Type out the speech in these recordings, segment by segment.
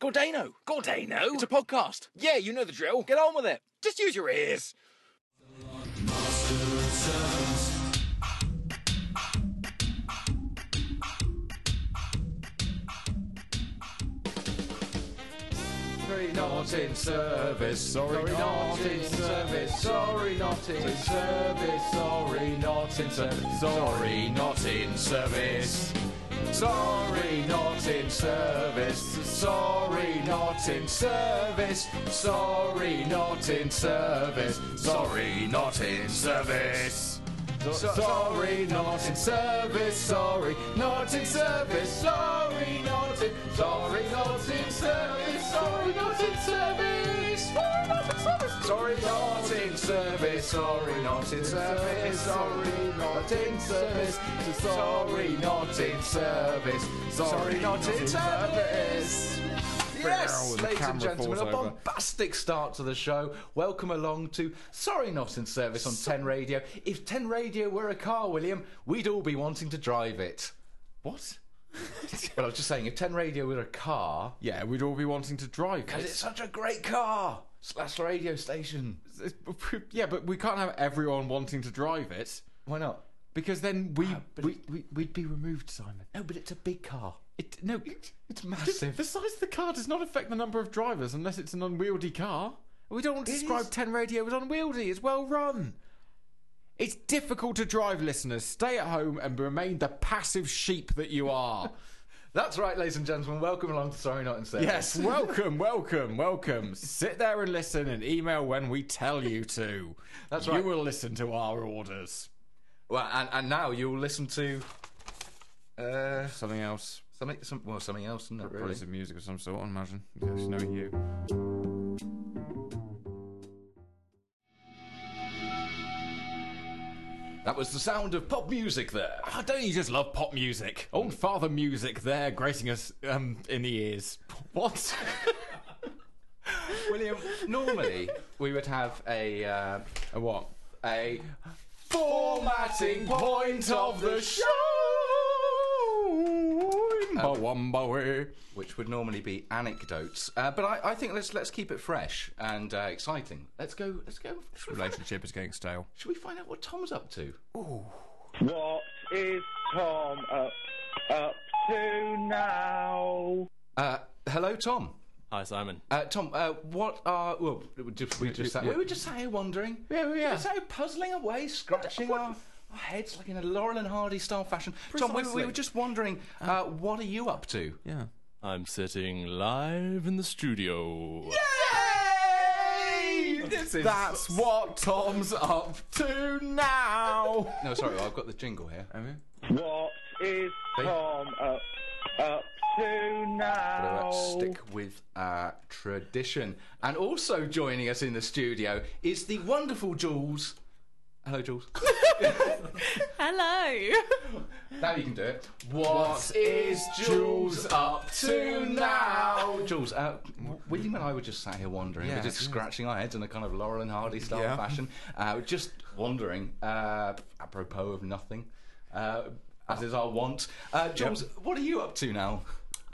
Gordano. Gordano? It's a podcast. yeah, you know the drill. Get on with it. Just use your ears. Sorry, not in service. Sorry, not, in service. Sorry, not in service. Sorry, not in service. Sorry, not in service. Sorry, not in service. Sorry, not in service. Sorry, not in service. Sorry, not in service. So- sorry, not in service. Sorry, not in service. Sorry, not in. Sorry, not in service. Sorry, not in service. Sorry, not in service. Sorry, not in service. Sorry, not in service. Sorry, not in service. Sorry, not in service. Sorry, not in service. Yes, the ladies and camera gentlemen, a falls over. bombastic start to the show. Welcome along to Sorry Not in Service on 10 Radio. If 10 Radio were a car, William, we'd all be wanting to drive it. What? Well, I was just saying, if 10 Radio were a car, Yeah, we'd all be wanting to drive. because it's such a great car slash radio station. It's- yeah, but we can't have everyone wanting to drive it Why not? because then we, but we, we we'd be removed, Simon. No, but it's a big car. It no, it, It's massive. The size of the car does not affect the number of drivers unless it's an unwieldy car. We don't want to It describe is- 10 Radio as unwieldy. It's well run. It's difficult to drive, listeners. Stay at home and remain the passive sheep that you are. That's right, ladies and gentlemen. Welcome along to Sorry Not in Service. Yes, welcome, welcome, welcome. Sit there and listen and email when we tell you to. That's You right. will listen to our orders. Well, and, and now you'll listen to uh, Something else. something, some, well, something else, isn't it, Probably really? some music of some sort, I imagine. Yes, knowing you. That was the sound of pop music there. Oh, don't you just love pop music? Old father music there, grating us um, in the ears. What? William, normally we would have a uh, A what? a formatting point of the show, Bawumbawe. Oh. which would normally be anecdotes. Uh, but I, I think let's let's keep it fresh and uh, exciting. Let's go. Let's go. Should we, find, Relationship is getting stale. should we find out what Tom's up to? What is Tom up, up to now? Uh, hello, Tom. Hi, Simon. Uh, Tom, uh, what are well? We just, we just sat, we were just sat here wondering. Yeah, we are. Just sat here puzzling away, scratching our, our heads like in a Laurel and Hardy style fashion. Tom, we, we Precisely. were just wondering, uh, what are you up to? Yeah. I'm sitting live in the studio. Yay! This is- That's what Tom's up to now. No, sorry, I've got the jingle here. What is Tom up, up to Gotta, uh, now? Stick with uh, tradition. And also joining us in the studio is the wonderful Jules. Hello, Jules. Hello. now you can do it. What is Jules up to now? Jules, uh, William and I were just sat here wondering. Yeah, we're just yeah. scratching our heads in a kind of Laurel and Hardy style Yeah. fashion. Uh, we're just wondering, uh, apropos of nothing, uh, as is our want. Uh, Jules, what are you up to now?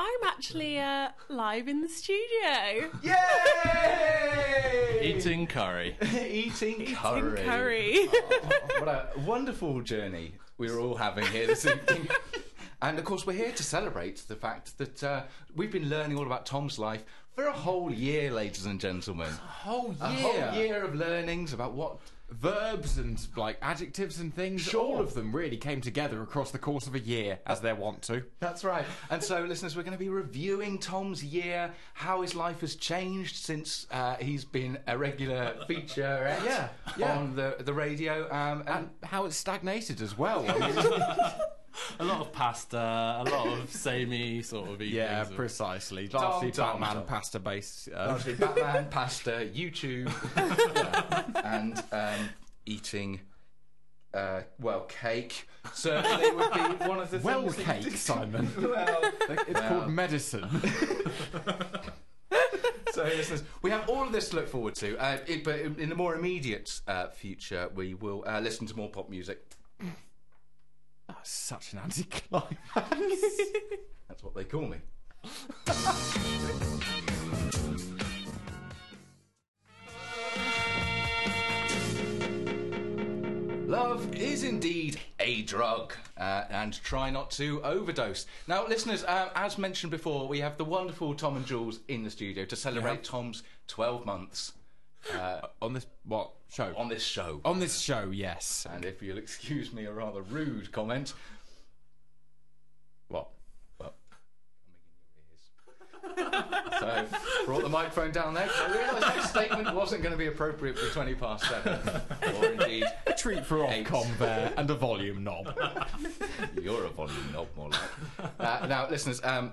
I'm actually Um, uh, live in the studio. Yay! Eating curry. Eating curry. Curry. what a wonderful journey we're all having here this evening. And of course, we're here to celebrate the fact that uh, we've been learning all about Tom's life for a whole year, ladies and gentlemen. Whole year. A whole year of learnings about what. Verbs and like adjectives and things. Sure. All of them really came together across the course of a year, as they want to. That's right. And so, listeners, we're going to be reviewing Tom's year, how his life has changed since uh, he's been a regular feature Yeah, yeah. on the, the radio. Um, and How it stagnated as well. A lot of pasta, a lot of samey sort of evenings. yeah, of- precisely. Largely Tom, Batman Tom. pasta base. uh, Largely Batman, pasta, YouTube, and um, eating. Uh, well, cake certainly would be one of the well, things. that- cake, Simon. Well, It's called medicine. so listeners, we have all of this to look forward to. Uh, it, but in the more immediate uh, future, we will uh, listen to more pop music. That's such an anticlimax. That's what they call me. is indeed a drug, uh, and try not to overdose. Now, listeners, um, as mentioned before, we have the wonderful Tom and Jules in the studio to celebrate Tom's 12 months on this what show? on this show. On this show, yes. And if you'll excuse me a rather rude comment, What? so brought the microphone down there. 'cause I realised that statement wasn't going to be appropriate for 20 past 7. or indeed, A treat for Ofcom there and a volume knob. You're a volume knob, more like. Uh, now, listeners, um,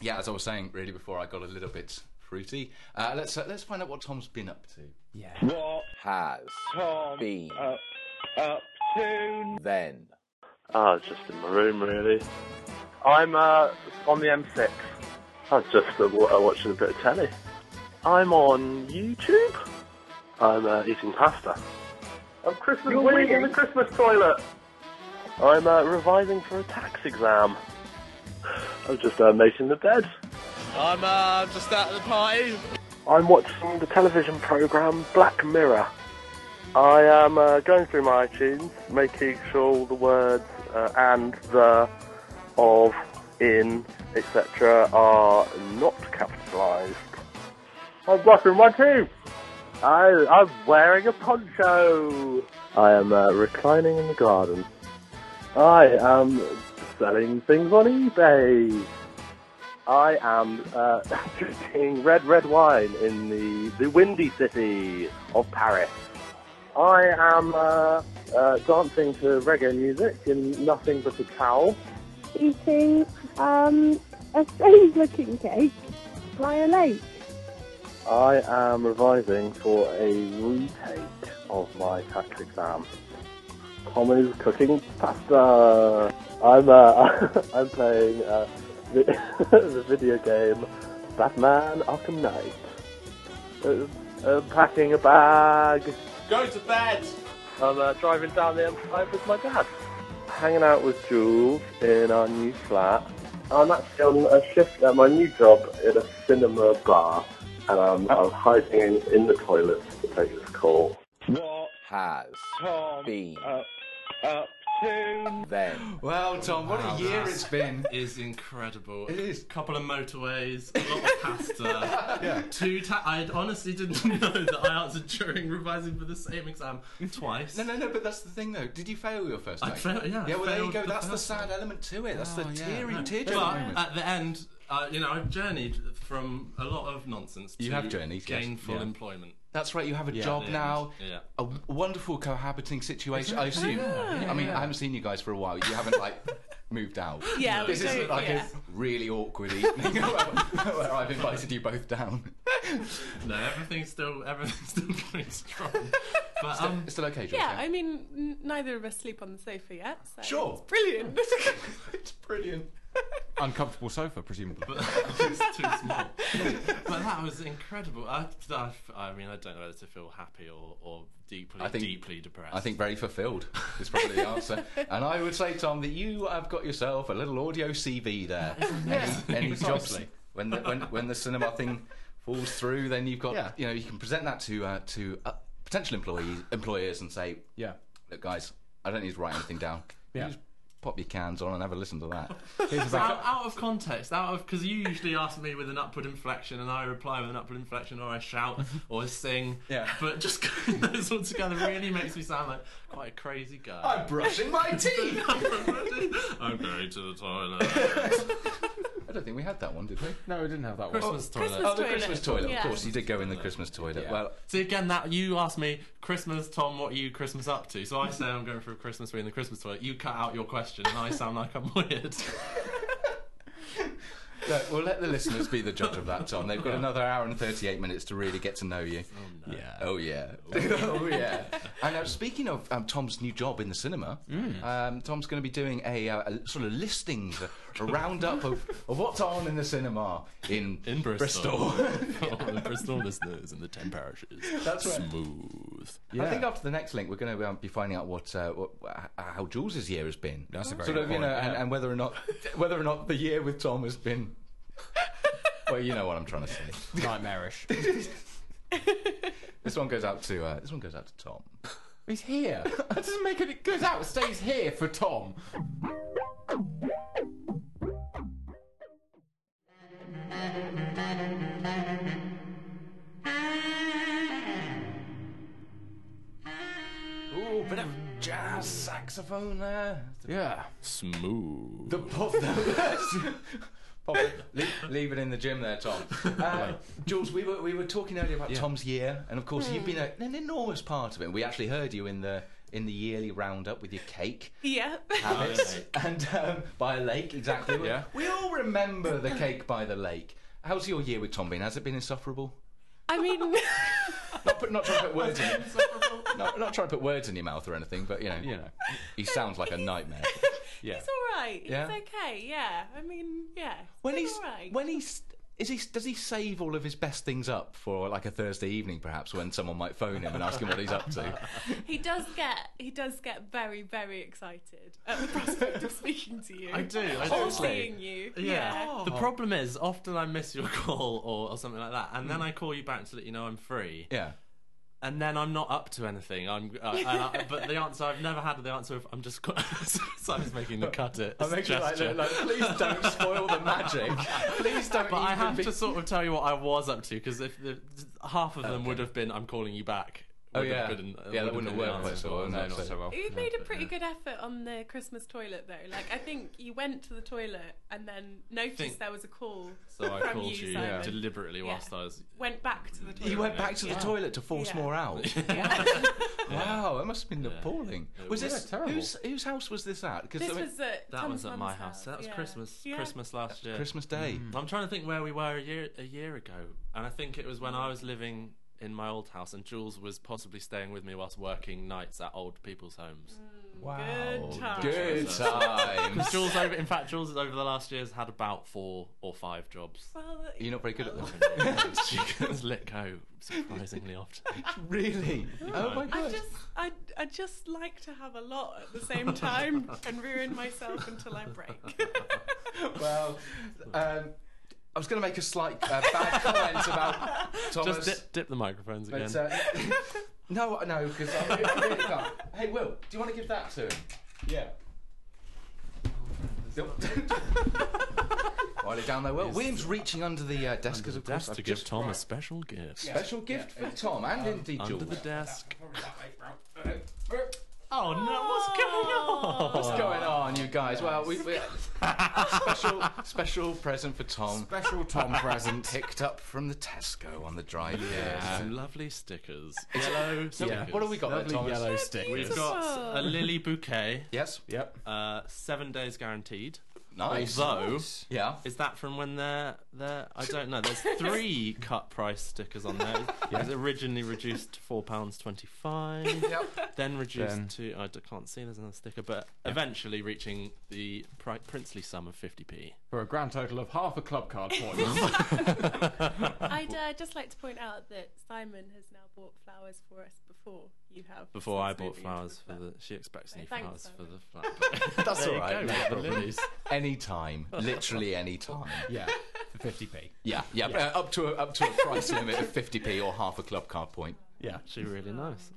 yeah, as I was saying really before, I got a little bit fruity. Uh, let's uh, let's find out what Tom's been up to. What Has Tom been up, up to then. Oh, it's just in my room, really. I'm uh, on the M6. I'm just uh, wa- uh, watching a bit of telly. I'm on YouTube. I'm uh, eating pasta. I'm Christmas waiting in the Christmas toilet. I'm uh, revising for a tax exam. I'm just uh, making the bed. I'm uh, just out at the party. I'm watching the television program Black Mirror. I am uh, going through my iTunes, making sure all the words uh, and the, of, in, etc. are not capitalised. I'm watching my too. I, I'm wearing a poncho. I am uh, reclining in the garden. I am selling things on eBay. I am uh, drinking red, red wine in the, the windy city of Paris. I am uh, uh, dancing to reggae music in nothing but a towel. eating um, a strange looking cake by a lake. I am revising for a retake of my tax exam. Tom is cooking pasta. I'm uh, I'm playing uh, the, the video game Batman Arkham Knight. Uh, uh, packing a bag. Go to bed. I'm uh, driving down the M5 with my dad. Hanging out with Jules in our new flat. I'm actually on a shift at my new job in a cinema bar, and I'm, I'm hiding in, in the toilet to take this call. what Has Tom been up, up to then. Well, Tom, what a year it's been. Is incredible. It is. Couple of motorways, a lot of pasta. Two. Ta- I honestly didn't know that I answered during revising for the same exam twice. No, no, no, but that's the thing, though. Did you fail your first I night? failed- yeah, I Yeah, well, there you failed go. the That's the first sad element to it. That's the Oh, yeah. teary, tear But moment. at the end, uh, you know, I've journeyed from a lot of nonsense You to have journeyed, yes. gainful Yeah. employment. That's right. You have a job And, now. yeah. A w- wonderful cohabiting situation. I assume. I mean, I haven't seen you guys for a while. You haven't like moved out. Yeah, This we isn't don't- like yeah. a really awkward evening where, where I've invited you both down. No, everything's still everything's still going strong. But Um, um, it's still okay, George. Yeah, I mean, n- neither of us sleep on the sofa yet. So Sure. It's brilliant. it's brilliant. Uncomfortable sofa, presumably. but it's too small. um, But that was incredible. I, I, I mean, I don't know whether to feel happy or, or deeply, I think- deeply depressed. I think very fulfilled is probably the answer. and I would say, Tom, that you have got yourself a little audio CV there. any any jobs Precisely. when the, when when the cinema thing falls through, then you've got Yeah. you know you can present that to uh, to uh, potential employees employers and say, Yeah. look, guys, I don't need to write anything down. You Yeah. just pop your cans on and have a listen to that. Here's a Out, back- out of context, out of because you usually ask me with an upward inflection, and I reply with an upward inflection, or I shout, or I sing. Yeah. But just putting those all together really makes me sound like quite a crazy guy. brushing my teeth. I'm going to the toilet. I don't think we had that one, did we? no, we didn't have that one. Christmas toilet. Oh, Christmas the toilet. Christmas toilet. Yeah. Of course, you did go in the Christmas toilet. Well, See again that you asked me Christmas, Tom, what are you Christmas up to? So I say I'm going for a Christmas tree in the Christmas toilet. You cut out your question, and I sound like I'm weird. no, we'll let the listeners be the judge of that, Tom. They've got another hour and 38 minutes to really get to know you. Yeah. Oh, yeah. oh, yeah. And now, speaking of um, Tom's new job in the cinema, um, Tom's going to be doing a, uh, a sort of listings, a, a roundup of, of what's on in the cinema in, In Bristol. Bristol. the Bristol listeners in the ten parishes. That's right. Smooth. I think after the next link, we're going to um, be finding out what, uh, what h- how Jules's year has been. That's a very sort of, good you know, point, and, yeah. and whether or not whether or not the year with Tom has been. well, you know what I'm trying to say. Nightmarish. This one goes out to uh, this one goes out to Tom. He's here. That doesn't make any. Goes out, stays here for Tom. Ooh, bit of jazz saxophone there. Yeah. Smooth. The pop. the- Pop it. leave, leave it in the gym there, Tom. Uh, Jules, we were we were talking earlier about Tom's year, and of course you've been a, an enormous part of it. We actually heard you in the in the yearly roundup with your cake Yeah. habits and um, by a lake, exactly. Yeah. We all remember the cake by the lake. How's your year with Tom been? Has it been insufferable? I mean, Not, put, not trying to put words in. your- Not, not trying to put words in your mouth or anything, but you know, You know. he sounds like a nightmare. Yeah. it's all right. Yeah? It's okay. Yeah. I mean, yeah. it's when been he's all right. when he's is he does he save all of his best things up for like a Thursday evening perhaps when someone might phone him and ask him what he's up to? he does get he does get very very excited at the prospect of speaking to you. I do. I do. Or seeing you. Yeah. The Uh-huh. problem is, often I miss your call or, or something like that, and Mm. then I call you back to let you know I'm free, Yeah. and then I'm not up to anything. I'm, uh, and I, but the answer I've never had the answer of I'm just. qu- Simon's making the cut it I make sure I gesture. look like please don't spoil the magic. Please don't. but I even have be- to sort of tell you what I was up to because if the, half of them would have been I'm calling you back. Oh, would have yeah. been- uh, Yeah, that would wouldn't been have worked the answer quite so for well, it. no, No, not not so. so well. You made a pretty yeah. good effort on the Christmas toilet, though. Like, I think you went to the toilet and then noticed Think- there was a call. So I from called you Simon. deliberately whilst Yeah. I was. Went back to the toilet. He went back to the toilet to force Yeah. more out. Wow, that must have been appalling. Was was. this Yeah, terrible. whose whose house was this at? Because This was at That Tom's was at my mum's house. That was yeah. Christmas. Yeah. Christmas last year. Christmas Day. I'm trying to think where we were a year a year ago, and I think it was Mm. when I was living in my old house, and Jules was possibly staying with me whilst working nights at old people's homes. Mm. Wow, Good times. good times. Jules, over, in fact, Jules over the last years had about four or five jobs. Well, uh, that- You're not very good at them. she gets let go surprisingly often. Really? Oh my I god. just, I, I just like to have a lot at the same time and ruin myself until I break. Well, um, I was going to make a slight uh, bad comment about Thomas. Just dip, dip the microphones again. but, uh, no, no, because I, I really can't. Hey, Will, do you want to give that to him? Yeah. While it down there, Will. William's reaching under the uh, desk, as of course. desk I've to give just- Tom a special gift. Special gift for Tom Um, and indeed Under Jules. the desk. Oh no! What's What's going on? going on, you guys? Well, we, we special special present for Tom. Special Tom present. picked up from the Tesco on the drive here. Some lovely stickers. Yellow stickers. What have we got Lovely there, Thomas? yellow stick. We've got a lily bouquet, Yes. Yep. uh, seven days guaranteed. Nice. Although, Yeah. is that from when they're, they're I don't know. There's three cut price stickers on there. It was originally reduced to £4.25, Yep. then reduced Then- to, I d- can't see, there's another sticker, but eventually reaching the pri- princely sum of 50p. For a grand total of half a club card point. I'd uh, just like to point out that Simon has now bought flowers for us before you have. Before so I it's bought moving flowers into for the. She expects new flowers Thanks, for Simon. the flat. That's There all you right. go, no yeah, the problem. lilies. Any time, literally any time. yeah. For 50p. Yeah, yeah. Uh, up to a, up to a price limit of 50p or half a club card point. Yeah. She really nice.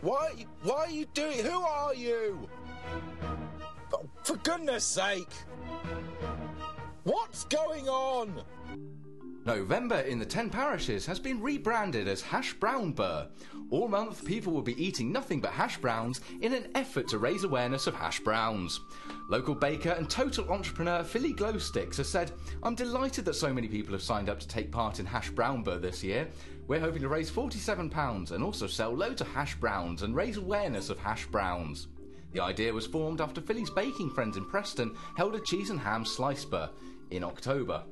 Why, why are you doing? Who are you? Oh, For goodness sake! What's going on? November in the 10 parishes has been rebranded as Hash Brown Burr. All month, people will be eating nothing but hash browns in an effort to raise awareness of hash browns. Local baker and total entrepreneur Philly Glowsticks has said, I'm delighted that so many people have signed up to take part in Hash Brown Burr this year. We're hoping to raise £47 and also sell loads of hash browns and raise awareness of hash browns. The idea was formed after Philly's baking friends in Preston held a cheese and ham slice burr in October.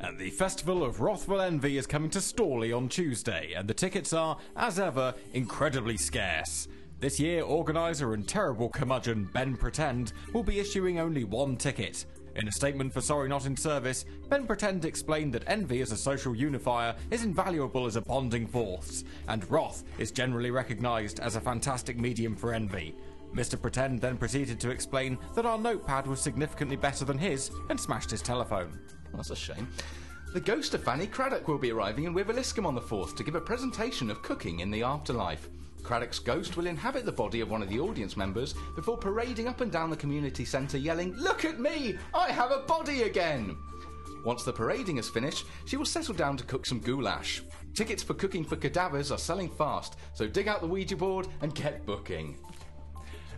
And the Festival of Wrathful Envy is coming to Storley on Tuesday, and the tickets are, as ever, incredibly scarce. This year, organiser and terrible curmudgeon Ben Pretend will be issuing only one ticket. In a statement for Sorry Not in Service, Ben Pretend explained that envy as a social unifier is invaluable as a bonding force, and wrath is generally recognised as a fantastic medium for envy. Mr. Pretend then proceeded to explain that our notepad was significantly better than his and smashed his telephone. That's a shame. The ghost of Fanny Craddock will be arriving in Wiveliscombe on the 4th to give a presentation of cooking in the afterlife. Craddock's ghost will inhabit the body of one of the audience members before parading up and down the community centre yelling, Look at me! I have a body again! Once the parading is finished, she will settle down to cook some goulash. Tickets for cooking for cadavers are selling fast, so dig out the Ouija board and get booking.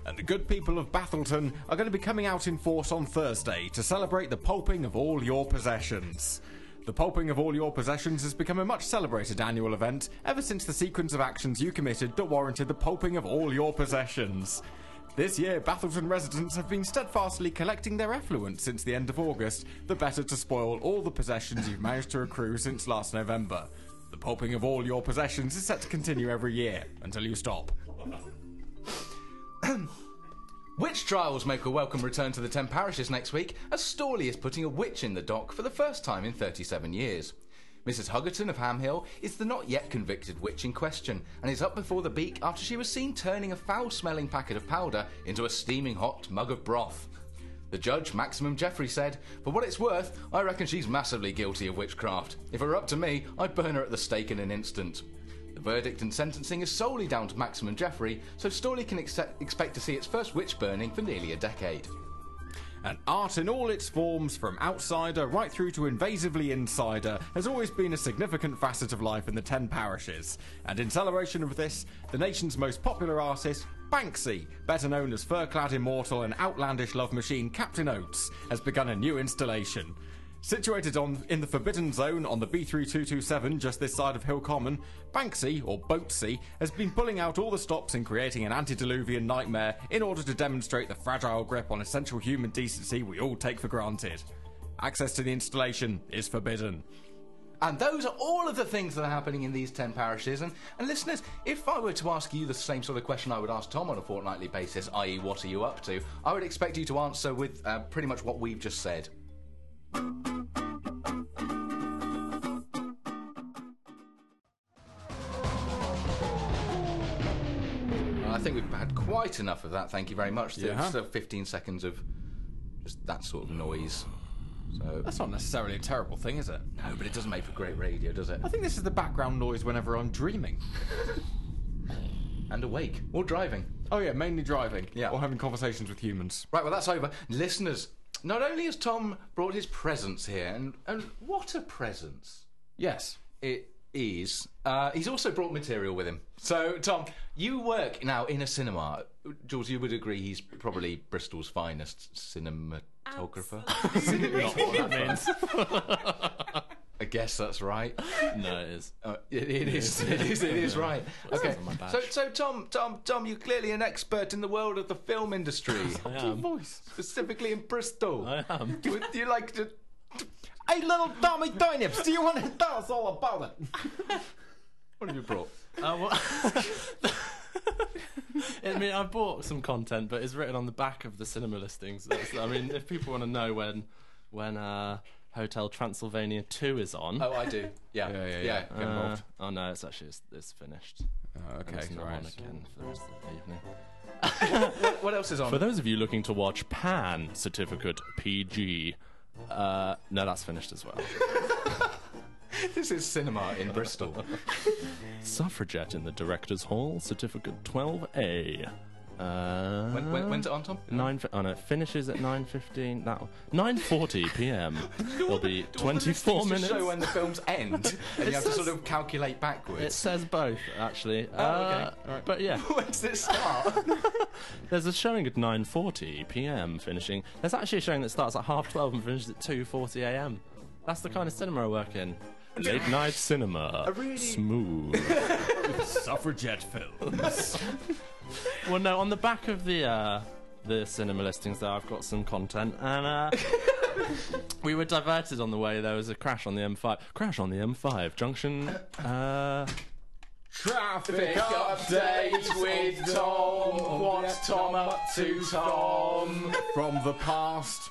And the good people of Battleton are going to be coming out in force on Thursday to celebrate the pulping of all your possessions. The pulping of all your possessions has become a much celebrated annual event ever since the sequence of actions you committed that warranted the pulping of all your possessions. This year, Battleton residents have been steadfastly collecting their effluent since the end of August, the better to spoil all the possessions you've managed to accrue since last November. The pulping of all your possessions is set to continue every year until you stop. Witch trials make a welcome return to the Ten Parishes next week as Storley is putting a witch in the dock for the first time in 37 years. Mrs. Huggerton of Ham Hill is the not yet convicted witch in question and is up before the beak after she was seen turning a foul smelling packet of powder into a steaming hot mug of broth. The judge, Maximum Jeffrey, said, For what it's worth, I reckon she's massively guilty of witchcraft. If it were up to me, I'd burn her at the stake in an instant. The verdict and sentencing is solely down to Maximum Jeffrey, so Storley can accept, expect to see its first witch burning for nearly a decade. And art in all its forms, from outsider right through to invasively insider, has always been a significant facet of life in the ten parishes. And in celebration of this, the nation's most popular artist, Banksy, better known as fur clad immortal and outlandish love machine Captain Oates, has begun a new installation. Situated on in the Forbidden Zone on the B3227, just this side of Hill Common, Banksy, or Boatsy, has been pulling out all the stops and creating an antediluvian nightmare in order to demonstrate the fragile grip on essential human decency we all take for granted. Access to the installation is forbidden. And those are all of the things that are happening in these 10 parishes. And, and listeners, if I were to ask you the same sort of question I would ask Tom on a fortnightly basis, i.e., what are you up to, I would expect you to answer with uh, pretty much what we've just said. I think we've had quite enough of that. Thank you very much. There's Yeah. still 15 seconds of just that sort of noise. So That's not necessarily a terrible thing, is it? No, but it doesn't make for great radio, does it? I think this is the background noise whenever I'm dreaming. And awake or driving. Oh, yeah, mainly driving. Yeah. Or having conversations with humans. Right, well, that's over. Listeners, not only has Tom brought his presence here, and, and what a presence Yes. it is, uh, he's also brought material with him. So, Tom, you work now in a cinema. Jules, you would agree he's probably Bristol's finest cinematographer. Not what that means. I guess that's right. No, it is. Uh, it, it is. It is. It is right. Okay. on my badge. So, so Tom, Tom, Tom, you're clearly an expert in the world of the film industry, I am. Voice. specifically in Bristol. I Um, am. Would you like to? Hey, little Tommy Dynap's, do you want to tell us all about it? What have you brought? Uh, what? I mean, I bought some content, but it's written on the back of the cinema listings. That's- I mean, if people want to know when when uh, Hotel Transylvania Two is on, Oh, I do. Yeah. Uh, Yeah, yeah, get involved. uh, oh no, it's actually it's, it's finished. okay, And it's not on right. again for the rest of the evening. What else is on? For those of you looking to watch Pan Certificate PG, uh, no, that's finished as well. this is cinema in Bristol. Suffragette in the Directors Hall Certificate 12A. Uh, When, when, when's it on, Tom? Nine. fi- Oh no, it finishes at nine fifteen. That nine forty p.m. It'll be Do all the twenty-four listings minutes. just Show when the films end, and you have to sort of calculate It backwards. says both actually. Oh, okay. Uh, But yeah, When's it start? there's a showing at nine forty p.m. Finishing. There's actually a showing that starts at half twelve and finishes at two forty a.m. That's the kind of cinema I work in. Late night cinema. really- Smooth. Suffragette films. Well, no, on the back of the uh, the cinema listings, though, I've got some content, and uh, we were diverted on the way. There was a crash on the M5. Crash on the M5 junction. Uh, Traffic update with Tom. What's Tom up to, Tom? From the past.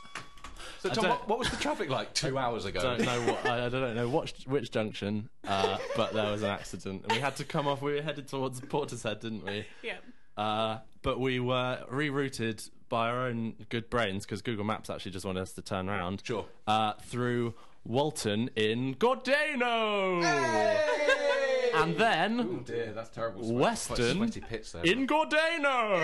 So, I Tom, don't- what, what was the traffic like two hours ago? don't know what I I don't know what, which junction, uh, but there was an accident and we had to come off. We were headed towards Portishead, didn't we? Yeah. Uh, but we were rerouted by our own good brains because Google Maps actually just wanted us to turn around. Sure. Uh, through Walton in Gordano. And then Oh dear, that's terrible. sweat. Weston Quite sweaty pits there. in Gordano.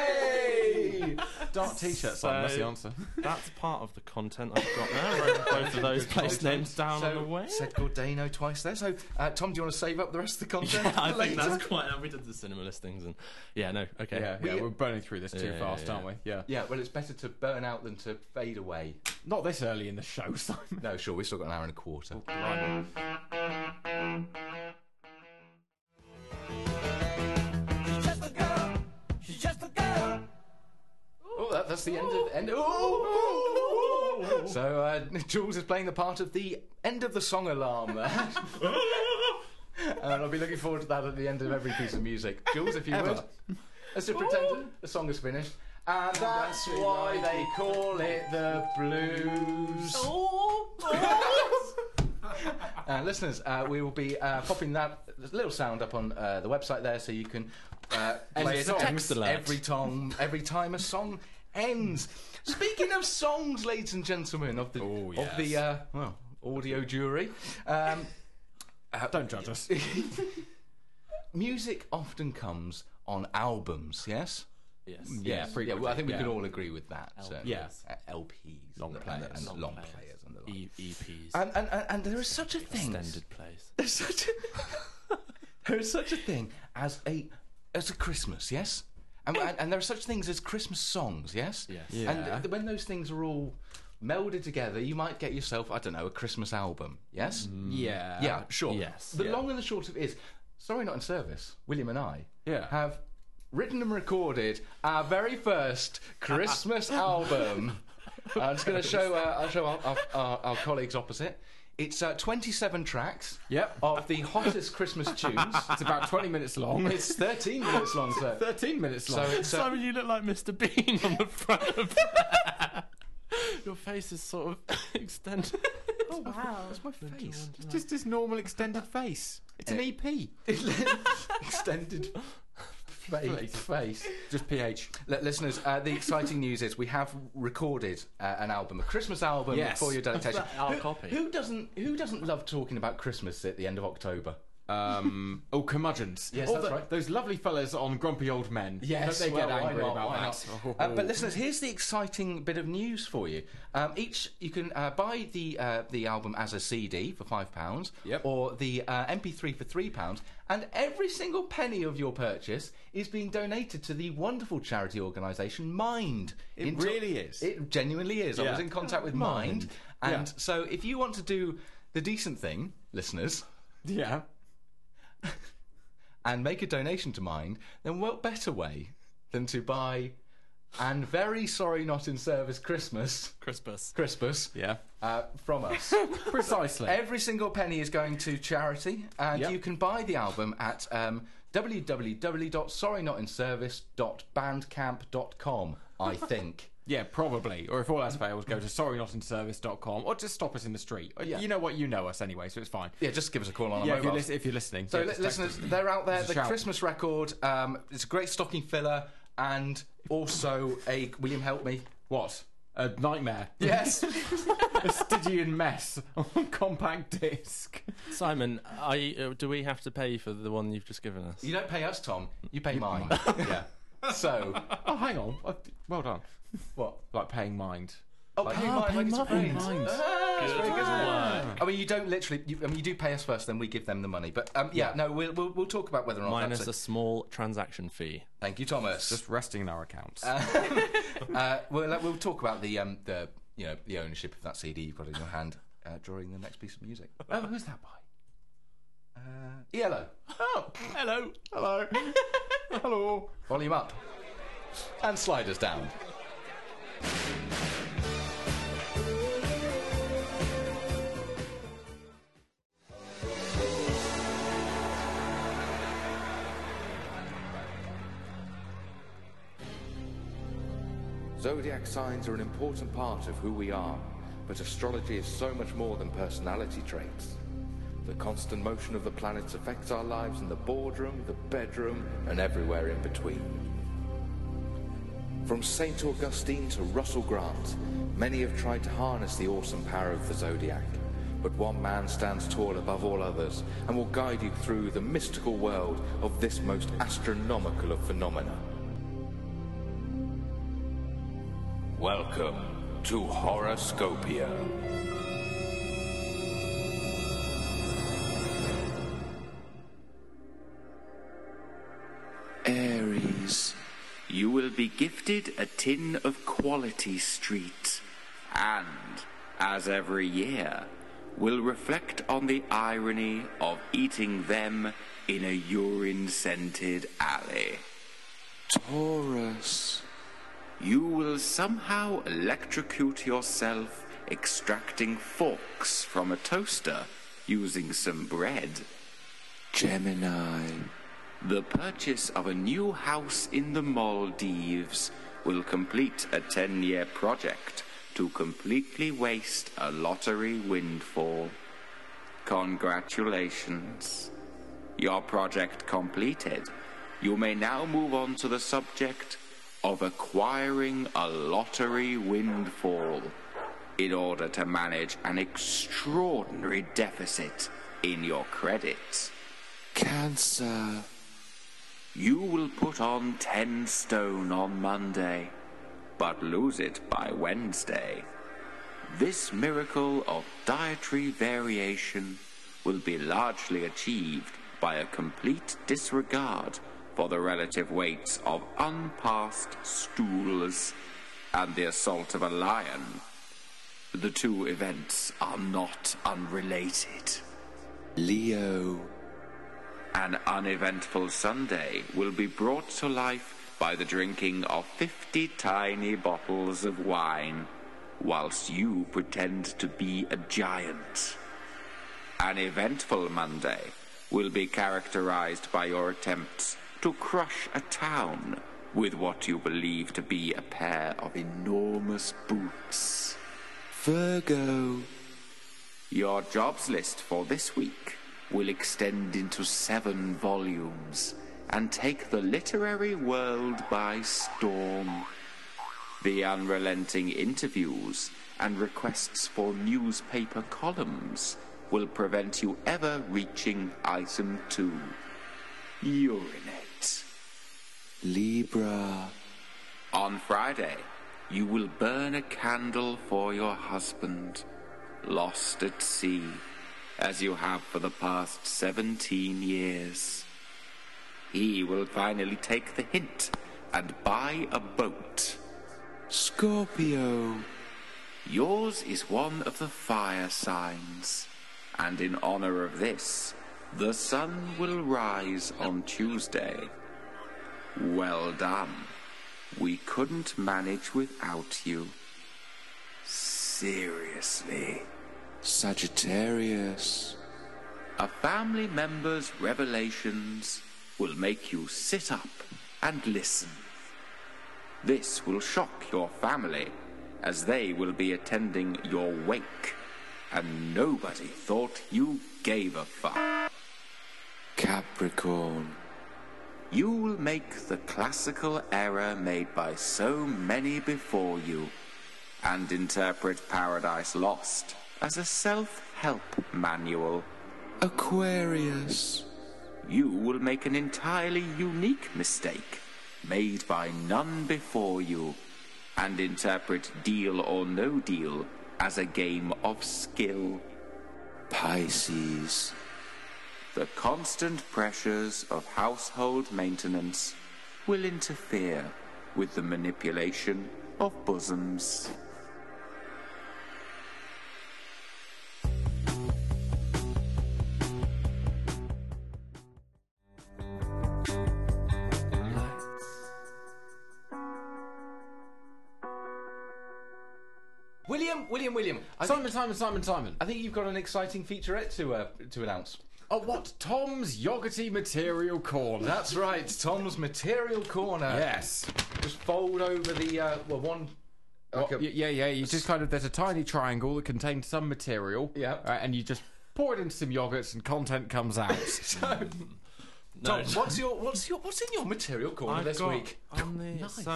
Dark t-shirts on, that's the So- answer. That's part of the content I've got now. I wrote both of those place names down so, on the way. Said Gordano twice there. So, uh, Tom, do you want to save up the rest of the content? Yeah, I for think later? that's quite. We did the cinema listings and yeah, no, okay. Yeah, yeah, we're burning through this too Yeah, fast, yeah, aren't we? Yeah. Yeah, well, it's better to burn out than to fade away. Not this early in the show, Simon. Oh, No, sure, we've still got an hour and a quarter. Oh, that, that's the end of end. Of, Oh! So uh, Jules is playing the part of the end of the song alarm. there. and I'll be looking forward to that at the end of every piece of music. Jules, if you Ever. would, let's just pretend the song is finished. And that's why they call it the blues. Oh, Uh, listeners, uh, we will be uh, popping that little sound up on uh, the website there, so you can uh, play it's it a off text alert. every time every time a song ends. Speaking of songs, ladies and gentlemen, of the Oh, of the yes. uh, well audio jury, um, Don't judge us. music often comes on albums. Yes. Yes. Yeah, yeah. Well, I think we yeah. can all agree with that. certainly. Yes. Uh, LPs, Long and the- players. and, the Long long players. players, and the like. E- EPs. And, and, and, and there is such a thing. extended plays. There's such a there's such a thing as a as a Christmas, yes. And, and, and there are such things as Christmas songs, yes. Yes. And th- when those things are all melded together, you might get yourself, I don't know, a Christmas album, yes. Yeah. Yeah, sure. yes, The yeah. long and the short of it is, sorry, not in service. William and I Yeah. have written and recorded our very first Christmas album. I'm just going to show. Uh, I'll show our, our, our, our colleagues opposite. It's uh, 27 tracks Yep. of the hottest Christmas tunes. It's about 20 minutes long. It's 13 minutes long, sir. 13 minutes So long. it's uh, Simon, you look like Mr. Bean on the front of that. Your face is sort of extended. Oh, Wow. my face. it's just his normal extended face. It's an E EP. extended face. face. Just PH. L- listeners, uh, the exciting news is we have recorded uh, an album, a Christmas album Yes. for your delectation. Our who, copy. Who doesn't? Who doesn't love talking about Christmas at the end of October? Um, oh, curmudgeons. Yes, All that's the- right. Those lovely fellas on Grumpy Old Men. But they get well, why angry not, about why that. not? Uh, but listeners, here's the exciting bit of news for you. Um, each you can uh, buy the uh, the album as a CD for five pounds, Yep. or the uh, MP3 for three pounds, and every single penny of your purchase is being donated to the wonderful charity organisation Mind. It really is. It genuinely is. I Yeah. was in contact with Mind, and Yeah. so if you want to do the decent thing, listeners yeah. and make a donation to mine, then what better way than to buy and very sorry not in service Christmas Crispus. Christmas Yeah. uh, from us. Precisely. Every single penny is going to charity, and Yep. you can buy the album at um, www.sorrynotinservice.bandcamp.com. I think. Yeah, probably. Or if all else fails, go to sorrynotinservice.com or just stop us in the street. Uh, Yeah. You know what? You know us anyway, so it's fine. Yeah, just give us a call on our Yeah, if mobile. you're, lis- if you're listening. So, yeah, li- just text listeners, us. they're out there. It's a The shout. Christmas record. Um, it's a great stocking filler, and also a William help me. What? A nightmare. Yes. a Stygian mess on compact disc. Simon, are you, uh, do we have to pay for the one you've just given us? You don't pay us, Tom. You pay mine. yeah. So Oh, hang on. I- Well done. what? Like paying mind. Oh, pay mine like it's a friend. Mind. Ah, that's very good. work. I mean, you don't literally. You, I mean, you do pay us first, then we give them the money. But um, yeah, no, we'll, we'll we'll talk about whether or not. Minus a that's small transaction fee. a, thank you, Thomas. Just resting in our accounts. uh, we'll uh, we'll talk about the um the you know the ownership of that CD you've got in your hand uh, during the next piece of music. Oh, who's that by? Uh, Yellow. Oh, hello. Hello. Hello. Volume up. And sliders down. Zodiac signs are an important part of who we are, but astrology is so much more than personality traits. The constant motion of the planets affects our lives in the boardroom, the bedroom, and everywhere in between. From St. Augustine to Russell Grant, many have tried to harness the awesome power of the zodiac. But one man stands tall above all others and will guide you through the mystical world of this most astronomical of phenomena. Welcome to Horoscopia. Aries. You will be gifted a tin of Quality Street, and, as every year, will reflect on the irony of eating them in a urine scented alley. Taurus. You will somehow electrocute yourself extracting forks from a toaster using some bread. Gemini. The purchase of a new house in the Maldives will complete a 10 year project to completely waste a lottery windfall. Congratulations. Your project completed. You may now move on to the subject of acquiring a lottery windfall in order to manage an extraordinary deficit in your credits. Cancer. You will put on 10 stone on Monday, but lose it by Wednesday. This miracle of dietary variation will be largely achieved by a complete disregard for the relative weights of unpassed stools and the assault of a lion. The two events are not unrelated. Leo. An uneventful Sunday will be brought to life by the drinking of 50 tiny bottles of wine, whilst you pretend to be a giant. An eventful Monday will be characterized by your attempts to crush a town with what you believe to be a pair of enormous boots. Virgo. Your jobs list for this week will extend into seven volumes and take the literary world by storm. The unrelenting interviews and requests for newspaper columns will prevent you ever reaching item two. Urinate. Libra. On Friday, you will burn a candle for your husband, lost at sea, as you have for the past 17 years. He will finally take the hint and buy a boat. Scorpio. Yours is one of the fire signs, and in honor of this, the sun will rise on Tuesday. Well done. We couldn't manage without you. Seriously. Sagittarius. A family member's revelations will make you sit up and listen. This will shock your family, as they will be attending your wake, and nobody thought you gave a fuck. Capricorn. You will make the classical error made by so many before you, and interpret Paradise Lost as a self help manual. Aquarius. You will make an entirely unique mistake made by none before you and interpret deal or no deal as a game of skill. Pisces. The constant pressures of household maintenance will interfere with the manipulation of bosoms. William, William, William. Simon, Simon, Simon, Simon. I think you've got an exciting featurette to uh, to announce. Oh, what? Tom's Yogurty Material Corner. That's right, Tom's Material Corner. Yes. Just fold over the uh, well one. What- y- yeah, yeah. You just kind of there's a tiny triangle that contains some material. Yeah. uh, and you just pour it into some yogurts, and content comes out. Tom, what's your what's your what's in your material corner I've this got week? on the- So,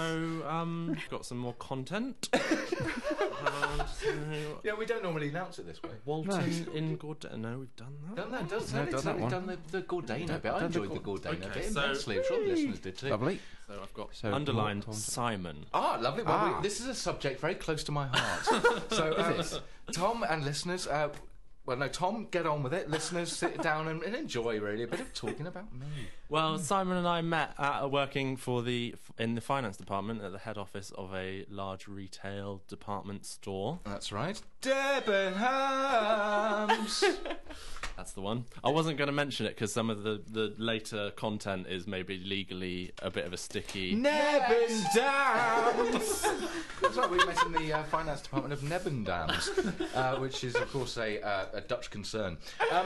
um, got some more content. And so- Yeah, we don't normally announce it this way. Walton in Gordana. No, we've done that. Done that, done, No, that, done that one. done the, the Gordana Done- bit. I done the enjoyed the Gord- Gordana Okay, bit so- immensely. I'm sure the listeners did too. Lovely. So I've got So, underlined more content. Simon. Ah, lovely. Well, Ah. We, this is a subject very close to my heart. so, Is uh, Tom and listeners, uh, well, no, Tom, get on with it. Listeners, sit down and, and enjoy, really, a bit of talking about me. Well, Simon and I met at, working for the in the finance department at the head office of a large retail department store. That's right. Debenhams. That's the one. I wasn't going to mention it because some of the, the later content is maybe legally a bit of a sticky. Nebben Dams. That's right. We met in the uh, finance department of Nebben Dams, uh, which is, of course, a, uh, a Dutch concern. Um,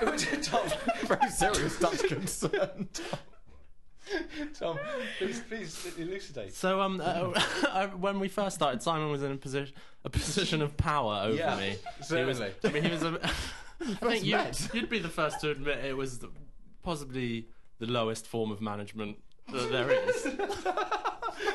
Tom, Very serious Dutch concern. Tom, please, please elucidate. So um, uh, uh, when we first started, Simon was in a position a position of power over Yeah, me. He certainly. was, I mean, he was. A, I think you, met. you'd be the first to admit it was the, possibly the lowest form of management that there is.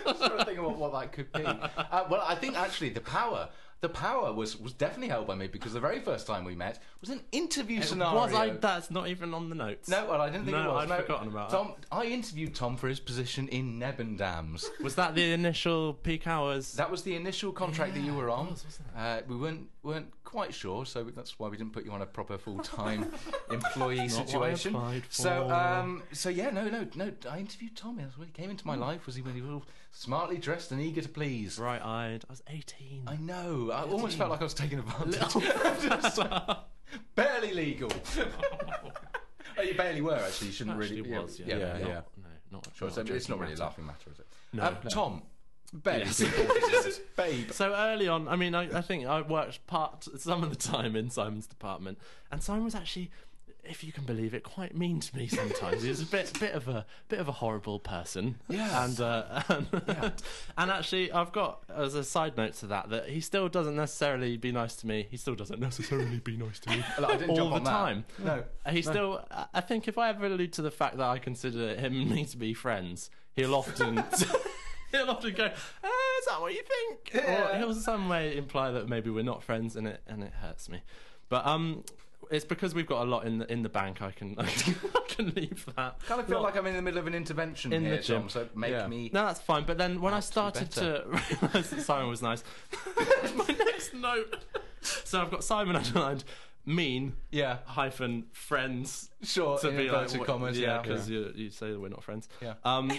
I'm trying to think about what that could be. Uh, well, I think actually the power. The power was, was definitely held by me because the very first time we met was an interview scenario. Was I? That's not even on the notes. no, well, I didn't think No, it was. I'd no. forgotten about Tom, I interviewed Tom for his position in Nebendams. Was that the initial peak hours? That was the initial contract that you were on. was, wasn't Uh, we weren't weren't quite sure, so that's why we didn't put you on a proper full time employee Not what I situation. applied So for. um, so yeah, no, no, no. I interviewed Tommy. That's when he came into Hmm. my life. Was he when he was all smartly dressed and eager to please? Bright eyed. I was 18. I know. I almost Bloody- felt like I was taken advantage. of. Just barely legal. Oh, you barely were actually. You shouldn't Actually really. was, yeah. yeah. Not- yeah. No, not Sure, not so it's not joking really a matter. laughing matter, is it? Um, Tom, barely. Yes. Babe. So early on, I mean, I, I think I worked part some of the time in Simon's department, and Simon was actually, if you can believe it, quite mean to me sometimes. he was a bit, bit of a, bit of a horrible person. Yes. And uh, and, and actually, I've got as a side note to that that he still doesn't necessarily be nice to me. He still doesn't necessarily be nice to me Look, I didn't all jump the on that. time. No. He still. I- I think if I ever allude to the fact that I consider him and me to be friends, he'll often. He'll often go, uh, is that what you think? Or he'll some way imply that maybe we're not friends, and it and it hurts me. But um, it's because we've got a lot in the in the bank. I can I can, I can leave that. kind of feel Not- like I'm in the middle of an intervention In here, the gym. Tom. So make Yeah. me. no, that's fine. But then when I That's started better. to realise that Simon was nice, my next note. So I've got Simon underlined, mean Yeah, hyphen friends sure. to in be like inverted what- commas. yeah, Yeah, because you, you say that we're not friends. Yeah. Um,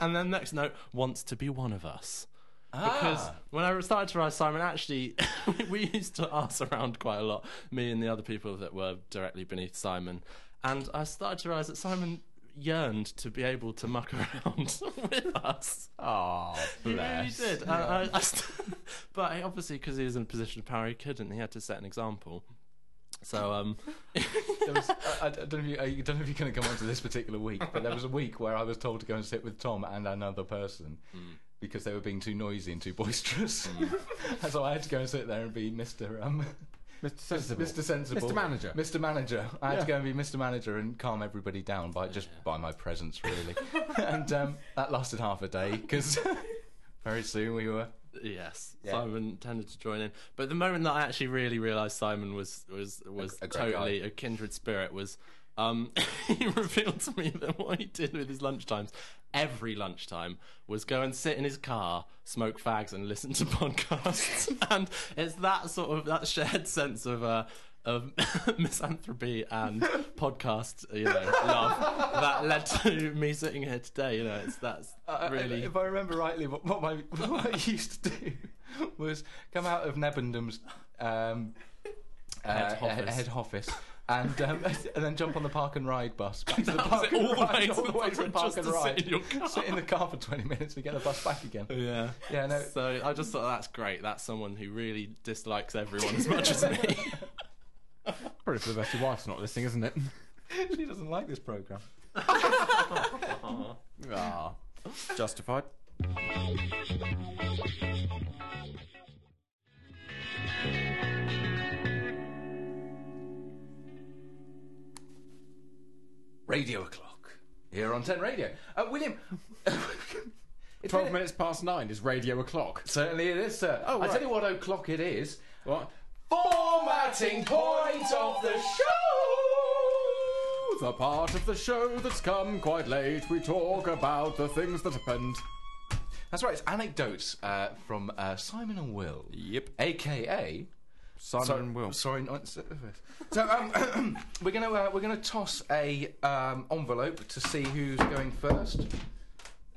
and then next note wants to be one of us. Because Ah. when I started to write Simon, actually, we used to ask around quite a lot, me and the other people that were directly beneath Simon. And I started to realise that Simon yearned to be able to muck around with us. Oh, He really bless. did. And I- I st- but he- obviously, because he was in a position of power, he couldn't. He had to set an example. So, um, There was, I, I don't know if you, I don't know if you're going to come on to this particular week, but there was a week where I was told to go and sit with Tom and another person Mm. because they were being too noisy and too boisterous. and so I had to go and sit there and be Mister um, Mr. Sensible. Mr. Sensible, Mr. Manager. Mr. Manager. I had to Yeah. go and be Mr. Manager and calm everybody down by just by my presence, really. and um, that lasted half a day because very soon we were Yes, Yeah. Simon tended to join in. But the moment that I actually really realised Simon was was was a great totally a kindred spirit was um, he revealed to me that what he did with his lunchtimes, every lunchtime, was go and sit in his car, smoke fags, and listen to podcasts. and it's that sort of that shared sense of. Uh, of misanthropy and podcast, you know, love that led to me sitting here today. You know, it's that's Uh, really If I remember rightly, what, what, my, what I used to do was come out of Nebendum's um, uh, Head office. head office and, um, and then jump on the park and ride bus back to the That was park it, and all the way ride, to all the the way park to the and park just and to sit ride, in your car. sit in the car for twenty minutes and get the bus back again. Yeah. Yeah, no. So I just thought that's great. That's someone who really dislikes everyone as much as me. Probably for the best your wife's not listening, isn't it? she doesn't like this program. Ah, justified. Radio o'clock here on Ten Radio. Uh, William, Twelve minutes past nine is radio o'clock. certainly it is, sir. Oh, I tell right. you what o'clock it is. What? Formatting point of the show. The part of the show that's come quite late. We talk about the things that happened. That's right. It's anecdotes uh, from uh, Simon and Will. Yep. AKA Simon So- and Will. Sorry, not so, um, we're gonna uh, we're gonna toss a um, envelope to see who's going first,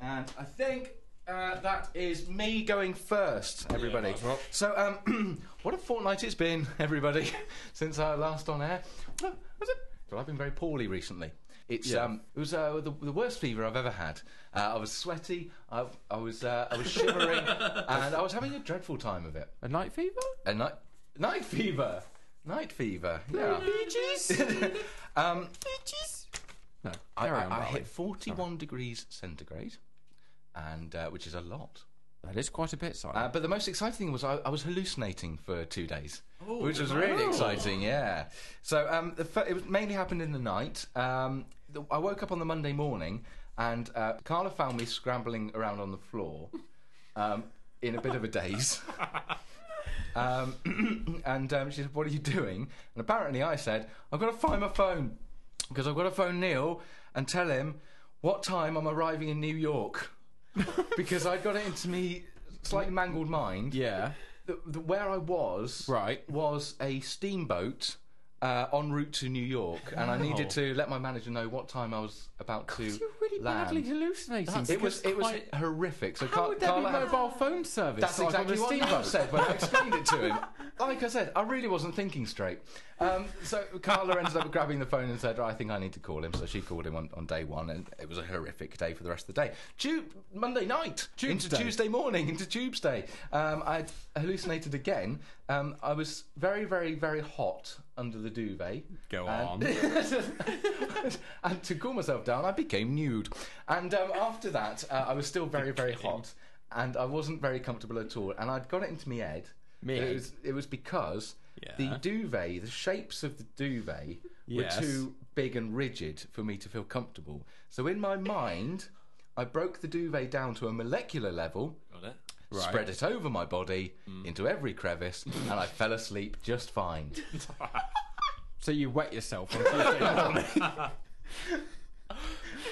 and I think. Uh, that is me going first, everybody. might as well. So, um, what a fortnight it's been, everybody, since I last on air. Well, was it- well, I've been very poorly recently. It's Yeah. um, it was uh, the, the worst fever I've ever had. Uh, I was sweaty. I, I was uh, I was shivering, and I was having a dreadful time of it. A night fever? A night night fever. Night fever. Yeah. um, No. I, carry I- on, I darling. hit 41 degrees centigrade, and uh, which is a lot. That is quite a bit, Simon. Uh, but the most exciting thing was I, I was hallucinating for two days, which was really exciting. Yeah. So um, the fir- it was mainly happened in the night. Um, the, I woke up on the Monday morning, and uh, Carla found me scrambling around on the floor, um, in a bit of a daze. Um, and um, she said, "What are you doing?" And apparently, I said, "I've got to find my phone because I've got to phone Neil and tell him what time I'm arriving in New York because I got it into me slightly mangled mind. yeah. the, the, where I was Right. was a steamboat." Uh, en route to New York, and I Oh. needed to let my manager know what time I was about to You're really land. badly hallucinating. it was it was horrific. So Car- How would there be Carla had- mobile phone service? that's like exactly on a what steamboat? Neil said when I explained it to him. Like I said, I really wasn't thinking straight. Um, so Carla ended up grabbing the phone and said, "Right, I think I need to call him. So she called him on, on day one, and it was a horrific day for the rest of the day. Tu- Monday night into Tuesday. Tuesday morning into Tuesday. Um, I hallucinated again. Um, I was very, very, very hot under the duvet. Go And- and to cool myself down, I became nude. And um, after that, uh, I was still very, very hot, and I wasn't very comfortable at all. And I'd got it into me head. Me that head. It was, it was because Yeah. the duvet, the shapes of the duvet, Yes. were too big and rigid for me to feel comfortable. So in my mind, I broke the duvet down to a molecular level. Got it. Right. Spread it over my body Mm. into every crevice, and I fell asleep just fine. So you wet yourself on Tuesday.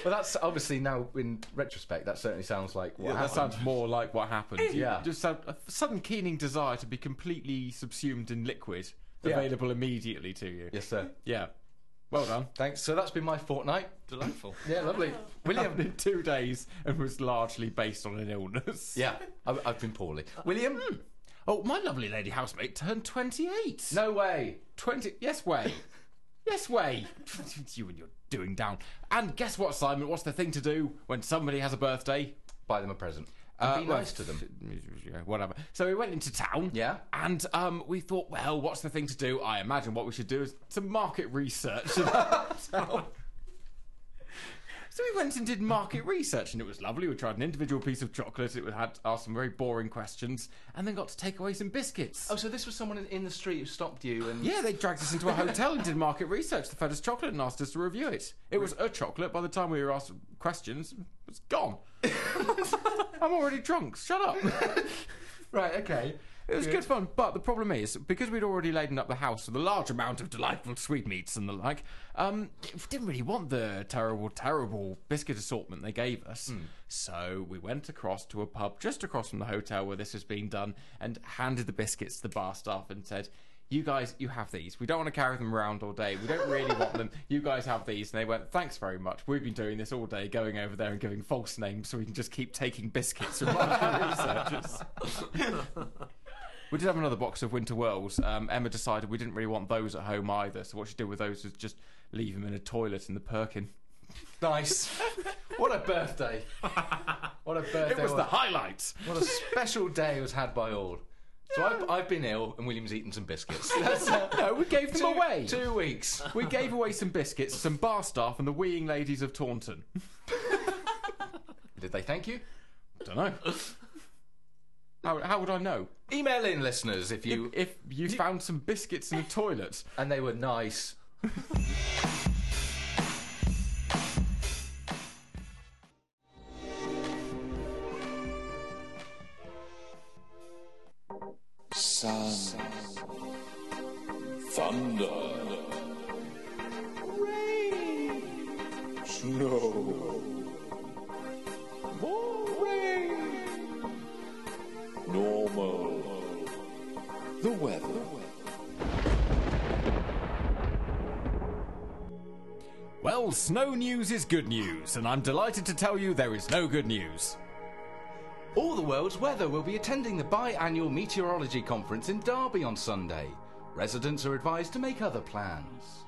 Well, that's obviously now in retrospect, that certainly sounds like what that happened. sounds more like what happened. You Yeah. Just had a sudden keening desire to be completely subsumed in liquid, Yeah. available immediately to you. Yes, sir. Yeah. Well done. Thanks. So that's been my fortnight. Delightful. Yeah, lovely. William. Happened in two days and was largely based on an illness. Yeah, I, I've been poorly. William. Oh, my lovely lady housemate turned 28. No way. 20. Yes, way. yes, way. you and you're doing down. And guess what, Simon? What's the thing to do when somebody has a birthday? Uh, Buy them a present. And be well, nice to them. yeah, Whatever. So we went into town. Yeah. And um, we thought, well, what's the thing to do? I imagine what we should do is some market research. so we went and did market research, and it was lovely. We tried an individual piece of chocolate. It had asked some very boring questions, and then got to take away some biscuits. Oh, so this was someone in- in the street who stopped you and. Yeah, they dragged us into a hotel and did market research. They fed us chocolate and asked us to review it. It was a chocolate. By the time we were asked questions, it was gone. I'm already drunk. Shut up. Right, okay. It was good fun, but the problem is because we'd already laden up the house with a large amount of delightful sweetmeats and the like. Um, we didn't really want the terrible, terrible biscuit assortment they gave us, so we went across to a pub just across from the hotel where this was being done and handed the biscuits to the bar staff and said. You guys, you have these. We don't want to carry them around all day. We don't really want them. You guys have these. And they went, thanks very much. We've been doing this all day, going over there and giving false names so we can just keep taking biscuits from market researchers. We did have another box of winter whirls. Um, Emma decided we didn't really want those at home either, so what she did with those was just leave them in a toilet in the Perkin. Nice. what a birthday. What a birthday. It was what- the highlight. What a special day was had by all. So I've, I've been ill, and William's eaten some biscuits. That's, uh, no, we gave them Two- away. Two weeks. We gave away some biscuits, some bar staff, and the weeing ladies of Taunton. Did they thank you? Don't know. How, how would I know? Email in, listeners, if you if, you found some biscuits in the toilet and they were nice. Sun. Thunder. Snow. Normal. The weather. Well, snow news is good news, and I'm delighted to tell you there is no good news. All the world's weather will be attending the biannual meteorology conference in Derby on Sunday. Residents are advised to make other plans.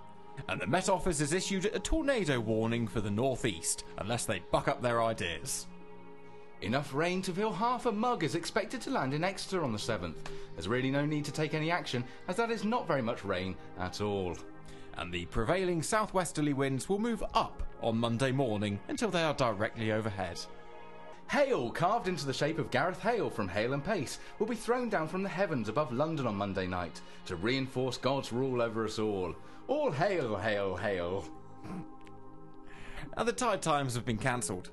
And the Met Office has issued a tornado warning for the northeast, unless they buck up their ideas. Enough rain to fill half a mug is expected to land in Exeter on the 7th. There's really no need to take any action, as that is not very much rain at all. And the prevailing southwesterly winds will move up on Monday morning until they are directly overhead. Hail, carved into the shape of Gareth Hale from Hale and Pace, will be thrown down from the heavens above London on Monday night to reinforce God's rule over us all. All hail, hail, hail. And the tide times have been cancelled.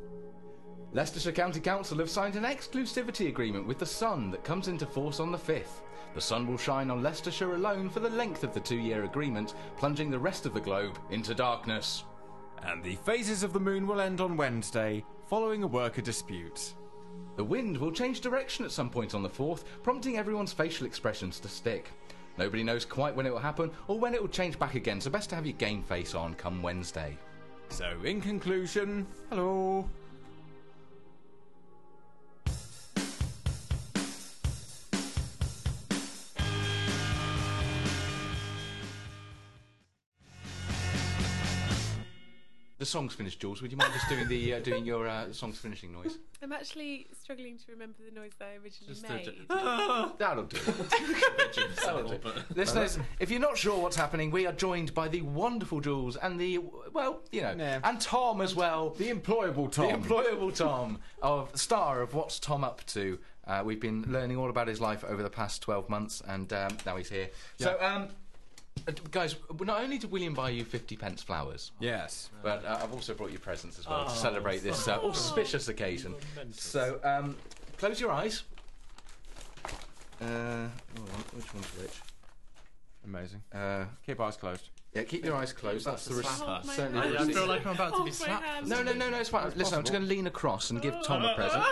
Leicestershire County Council have signed an exclusivity agreement with The Sun that comes into force on the 5th. The sun will shine on Leicestershire alone for the length of the two year agreement, plunging the rest of the globe into darkness. And the phases of the moon will end on Wednesday, following a worker dispute. The wind will change direction at some point on the 4th, prompting everyone's facial expressions to stick. Nobody knows quite when it will happen or when it will change back again, so best to have your game face on come Wednesday. So, in conclusion, hello. The song's finished, Jules. Would you mind just doing the uh, doing your uh, song's finishing noise? I'm actually struggling to remember the noise that I originally Just made. That'll do. That'll do. Listeners, if you're not sure what's happening, we are joined by the wonderful Jules and the well, you know, and Tom as well. The employable Tom. The employable Tom of star of what's Tom up to. Uh, we've been learning all about his life over the past 12 months, and um, now he's here. So, um, uh, guys, not only did William buy you 50 pence flowers, Yes. but uh, I've also brought you presents as well to Oh, celebrate this uh, thank you. auspicious occasion. So, um, close your eyes. Uh, hold on, which one's which? Amazing. Uh, keep eyes closed. Yeah, keep your eyes closed. That's the Slap receipt. us. certainly I- the I feel receipt. like I'm about to be slapped. for No, no, something. no, no, it's fine. Listen, I'm just going to lean across and give Tom a present.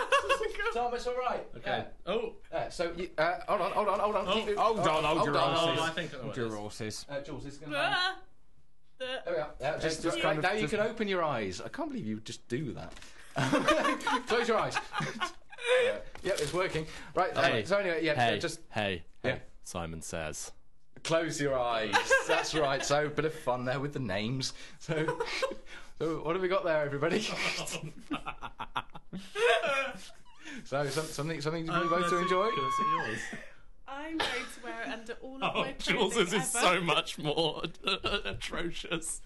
Tom, it's all right. Okay. Oh. so, you, uh, hold on, hold on, hold on. Oh. Keep it- Hold on, hold your horses. Oh, I think I know what it is. Uh, Jules, it's going to. Ah, the- There we are. Yeah, just, Just right, kind of now you just- can open your eyes. I can't believe you just do that. Close your eyes. yeah, yep, it's working. Right. Hey. uh, So anyway, yeah, Hey. uh, just hey. Yeah. Hey. Simon says. close your eyes. That's right. So a bit of fun there with the names. So, so what have we got there, everybody? so some, something, something Uh, for you both to enjoy. I'm going to wear it under all of Oh, my clothing Jules's ever. is so much more atrocious.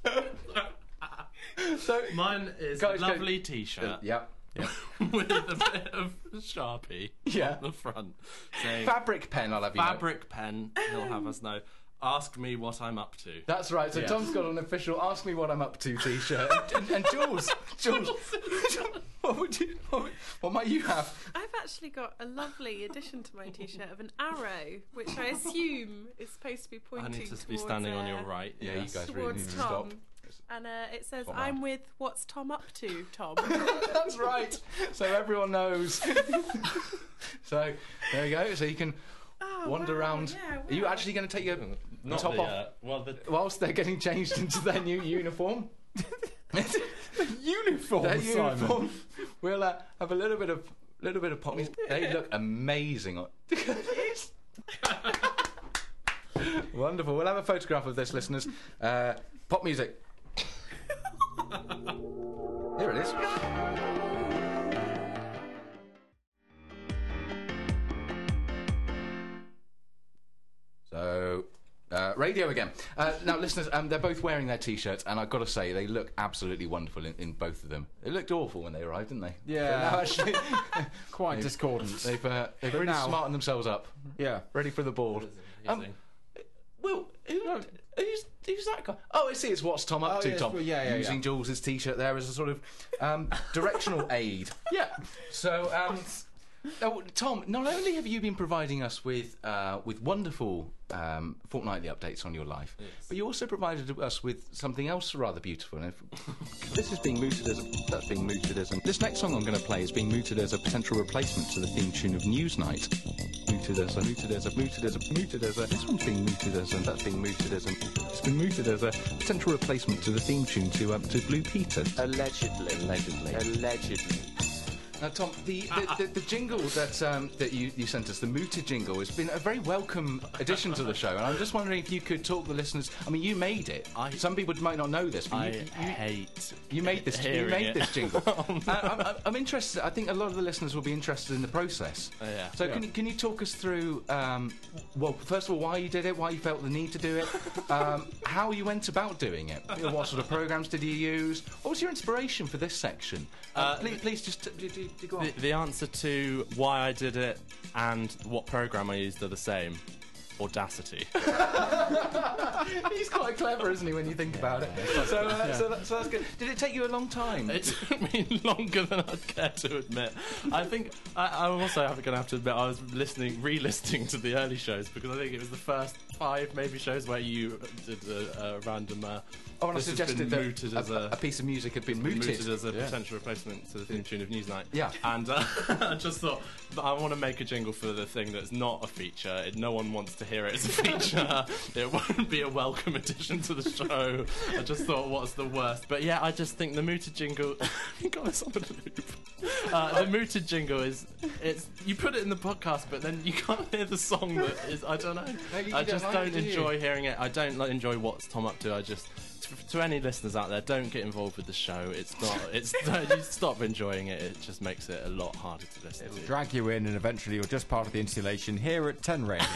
so mine is Guys, a go- lovely T-shirt. Uh, yep. with a bit of sharpie. Yeah. on the front. Saying, Fabric pen, I'll have you know. Fabric pen. He'll have us know. Ask me what I'm up to. That's right. So Yes. Tom's got an official "Ask Me What I'm Up To" T-shirt, and, and, and Jules, Jules, what would you, what, would- what might you have? I've actually got a lovely addition to my T-shirt of an arrow, which I assume is supposed to be I pointing. need to be towards, standing on uh, your right. Yeah, yes. you guys really towards need to Tom. stop. And uh, it says, What "I'm with what's Tom up to, Tom." That's right. So everyone knows. so there you go. So you can Oh, wander around. Are you actually going to take your Not top the, off uh, well, the whilst they're getting changed into their new uniform? Uniform, their Simon. uniform. We'll uh, have a little bit of little bit of pop music. They look amazing. on- Wonderful. We'll have a photograph of this, listeners. Uh, pop music. Here it is. radio again. Uh, now, listeners, um, they're both wearing their T-shirts, and I've got to say, they look absolutely wonderful in, in both of them. They looked awful when they arrived, didn't they? Yeah. But now, actually, Quite They've- discordant. They've, uh, they've But really now- smartened themselves up. Yeah. Ready for the ball. Um, Will, who, who's, who's that guy? Oh, I see. It's what's Tom up Oh, to, yes, Tom. well, yeah, yeah, Using yeah. Jules's T-shirt there as a sort of um, directional aid. Yeah. So, um, now, Tom, not only have you been providing us with uh, with wonderful um, fortnightly updates on your life, but you also provided us with something else rather beautiful. And if- this is being mooted as a, that's being mooted as a, this next song I'm going to play is being mooted as a potential replacement to the theme tune of Newsnight. Mooted as a mooted as a mooted as a mooted as a this one's being mooted as a that's being mooted as a it's been mooted as a potential replacement to the theme tune to um, to Blue Peter. Allegedly, allegedly, allegedly. Now, Tom, the, the, the, the jingle that um, that you, you sent us, the Muta jingle, has been a very welcome addition to the show. And I'm just wondering if you could talk the listeners. I mean, you made it. Some people might not know this, but I you, you, hate. you made this. You hearing made it. this jingle. I, I'm, I'm- I'm interested. I think a lot of the listeners will be interested in the process. Oh, yeah. So Yeah. can you can you talk us through? Um, well, first of all, why you did it, why you felt the need to do it, um, how you went about doing it, You know, what sort of programs did you use, what was your inspiration for this section? Uh, please, please just do, do, do go on. The, the answer to why I did it and what program I used are the same. Audacity. He's quite clever, isn't he, when you think about it? So, uh, Yeah. so, that, so that's good. Did it take you a long time? It took me longer than I'd care to admit. I think I, I'm also going to have to admit I was listening, re-listening to the early shows because I think it was the first five maybe shows where you did a, a random. Uh, Oh, and I this has been suggested that mooted as a, a piece of music had been mooted. mooted, as a Yeah. potential replacement to the theme tune of Newsnight. Yeah. and uh, I just thought "But I want to make a jingle for the thing that's not a feature. It, no one wants to hear it as a feature. it won't be a welcome addition to the show. I just thought, what's the worst? But yeah, I just think the mooted jingle. got this on the loop. Uh, the mooted jingle is it's you put it in the podcast, but then you can't hear the song that is. I don't know. No, you I don't just like it, don't do you? enjoy hearing it. I don't like, enjoy what's Tom up to. I just t- to any listeners out there, don't get involved with the show. It's not. It's you stop enjoying it. It just makes it a lot harder to listen to. Drag you in, and eventually you're just part of the insulation here at Ten Radio.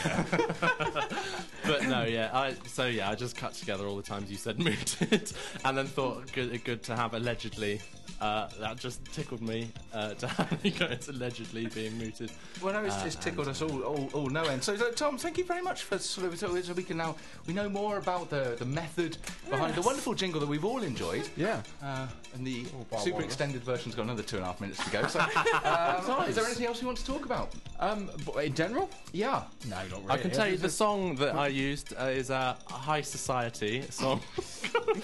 But no, yeah. I so yeah. I just cut together all the times you said mooted, and then thought good, good to have allegedly. Uh, that just tickled me uh, to have you guys allegedly being mooted. Well, no, it's, Uh, it's tickled us all, all, all no end. So, so, Tom, thank you very much for sort of so, so we can now we know more about the, the method behind the Yes. wonderful jingle that we've all enjoyed. Yeah. Uh, and the wow, super wow. extended version's got another two and a half minutes to go. So, um, is there anything else you want to talk about? Um, but in general, yeah. No, not really. I can tell you the song that I used uh, is a high society song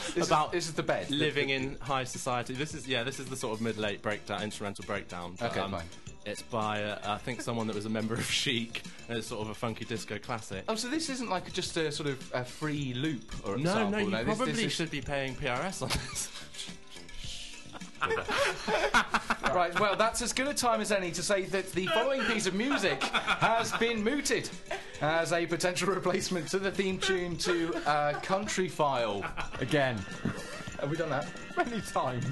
about this is the bed living in high society. This is yeah, this is the sort of middle eight breakdown, instrumental breakdown. um, Okay, fine. It's by uh, I think someone that was a member of Chic. And it's sort of a funky disco classic. Oh, so this isn't like just a sort of a free loop or a no, sample. no, you this- probably this is- should be paying PRS on this. Right, well, that's as good a time as any to say that the following piece of music has been mooted as a potential replacement to the theme tune to uh, Country File. Again. Have we done that? Many times.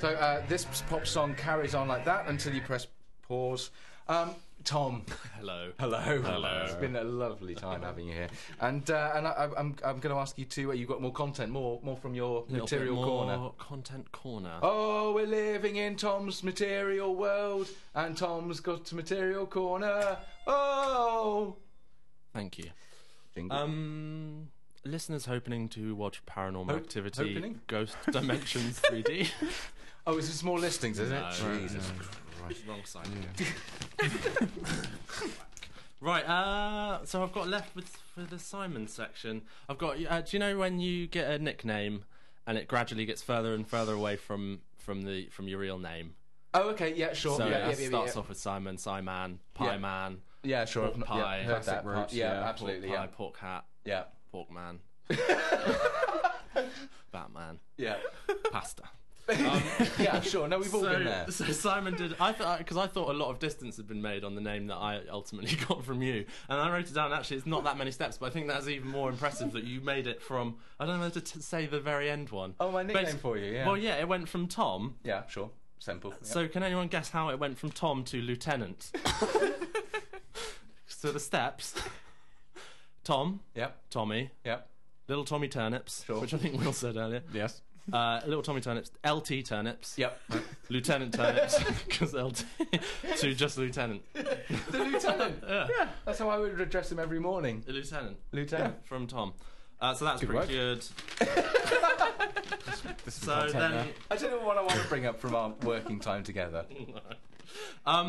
So uh, this pop song carries on like that until you press pause. Um, Tom. Hello. Hello. Hello. It's been a lovely time having you here. And uh, and I, I- I'm, I'm going to ask you to, uh, you've got more content, more more from your Little bit material more corner. content corner. Oh, we're living in Tom's material world, and Tom's got a material corner. Oh! Thank you. Jingle. Um, listeners hoping to watch Paranormal Hope- Activity, hoping? Ghost Dimensions 3D. Oh, is this more listings, is No, it? Jesus no. Christ. Wrong side. Right, uh, so I've got left with for the Simon section. I've got. Uh, do you know when you get a nickname and it gradually gets further and further away from from the from your real name? Oh, okay, yeah, sure. So yeah, it yeah, yeah, yeah, starts yeah. off with Simon, Simon, Yeah. Pie Man. Yeah, sure, Pork I've not- yeah, pie. heard Classic that part, roots, yeah, yeah. absolutely, Pork pie, yeah. pork hat. Yeah. Pork man. Batman. Yeah. Pasta. yeah, sure. No, we've all so, been there. So Simon did. I thought because I thought a lot of distance had been made on the name that I ultimately got from you, and I wrote it down. Actually, it's not that many steps, but I think that's even more impressive that you made it from. I don't know whether to t- say the very end one. Oh, my nickname for you, yeah. Well, yeah, it went from Tom. Yeah, sure. Simple. So can anyone guess how it went from Tom to Lieutenant? so the steps. Tom. Yep. Tommy. Yep. Little Tommy Turnips, which I think Will said earlier. Yes. Uh, little Tommy Turnips, LT Turnips. Yep. Lieutenant Turnips, because LT to just Lieutenant. the lieutenant. yeah. that's how I would address him every morning. The lieutenant. Lieutenant. From Tom. Uh, so that's Good work. procured. so Content then, there. I don't know what I want to bring up from our working time together. Um,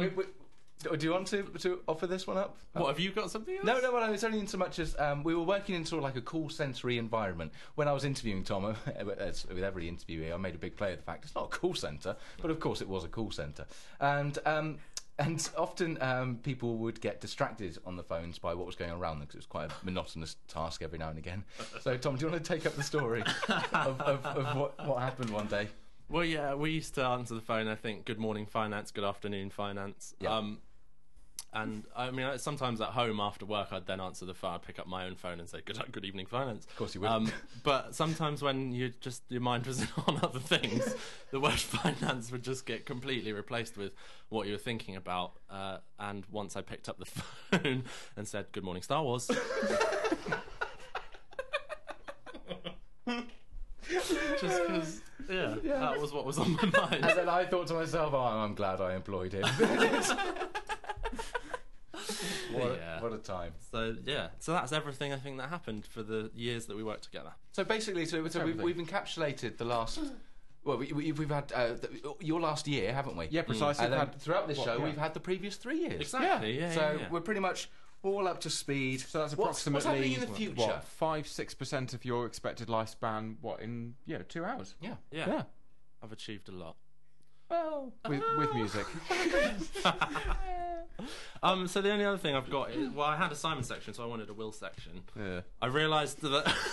do you want to, to offer this one up? What, have you got something else? No, no, well, it's only in so much as um, we were working in sort of like a cool sensory environment. When I was interviewing Tom, uh, as with every interviewee, I made a big play of the fact it's not a call centre, but of course it was a call centre. And. Um, and often um, people would get distracted on the phones by what was going on around them because it was quite a monotonous task every now and again. So, Tom, do you want to take up the story of, of, of what, what happened one day? Well, yeah, we used to answer the phone. I think good morning finance, good afternoon finance. Um, and I mean, I- sometimes at home after work, I'd then answer the phone. I'd pick up my own phone and say good good evening finance. Of course you would. but sometimes when you just your mind was on other things, the word finance would just get completely replaced with what you were thinking about. Uh, and once I picked up the phone and said good morning Star Wars. Just because, yeah, Yeah. that was what was on my mind. And then I thought to myself, oh, I'm glad I employed him. what, Yeah. a, what a time. So yeah, so that's everything I think that happened for the years that we worked together. So basically, so, so we've, Everything. we've encapsulated the last. Well, we, we- we've had uh, th your last year, haven't we? Yeah, precisely. And We've then had- throughout this what, show, yeah. we've had the previous three years. Exactly, yeah, so yeah, yeah. we're pretty much all up to speed. So That's approximately What's, happening in the what, future? What, five six percent of your expected lifespan. What in yeah two hours? Yeah. Yeah. yeah. I've achieved a lot. Well, uh-huh. with, with music. Um, so the only other thing I've got is well, I had a Simon section, so I wanted a Will section. Yeah. I realised that.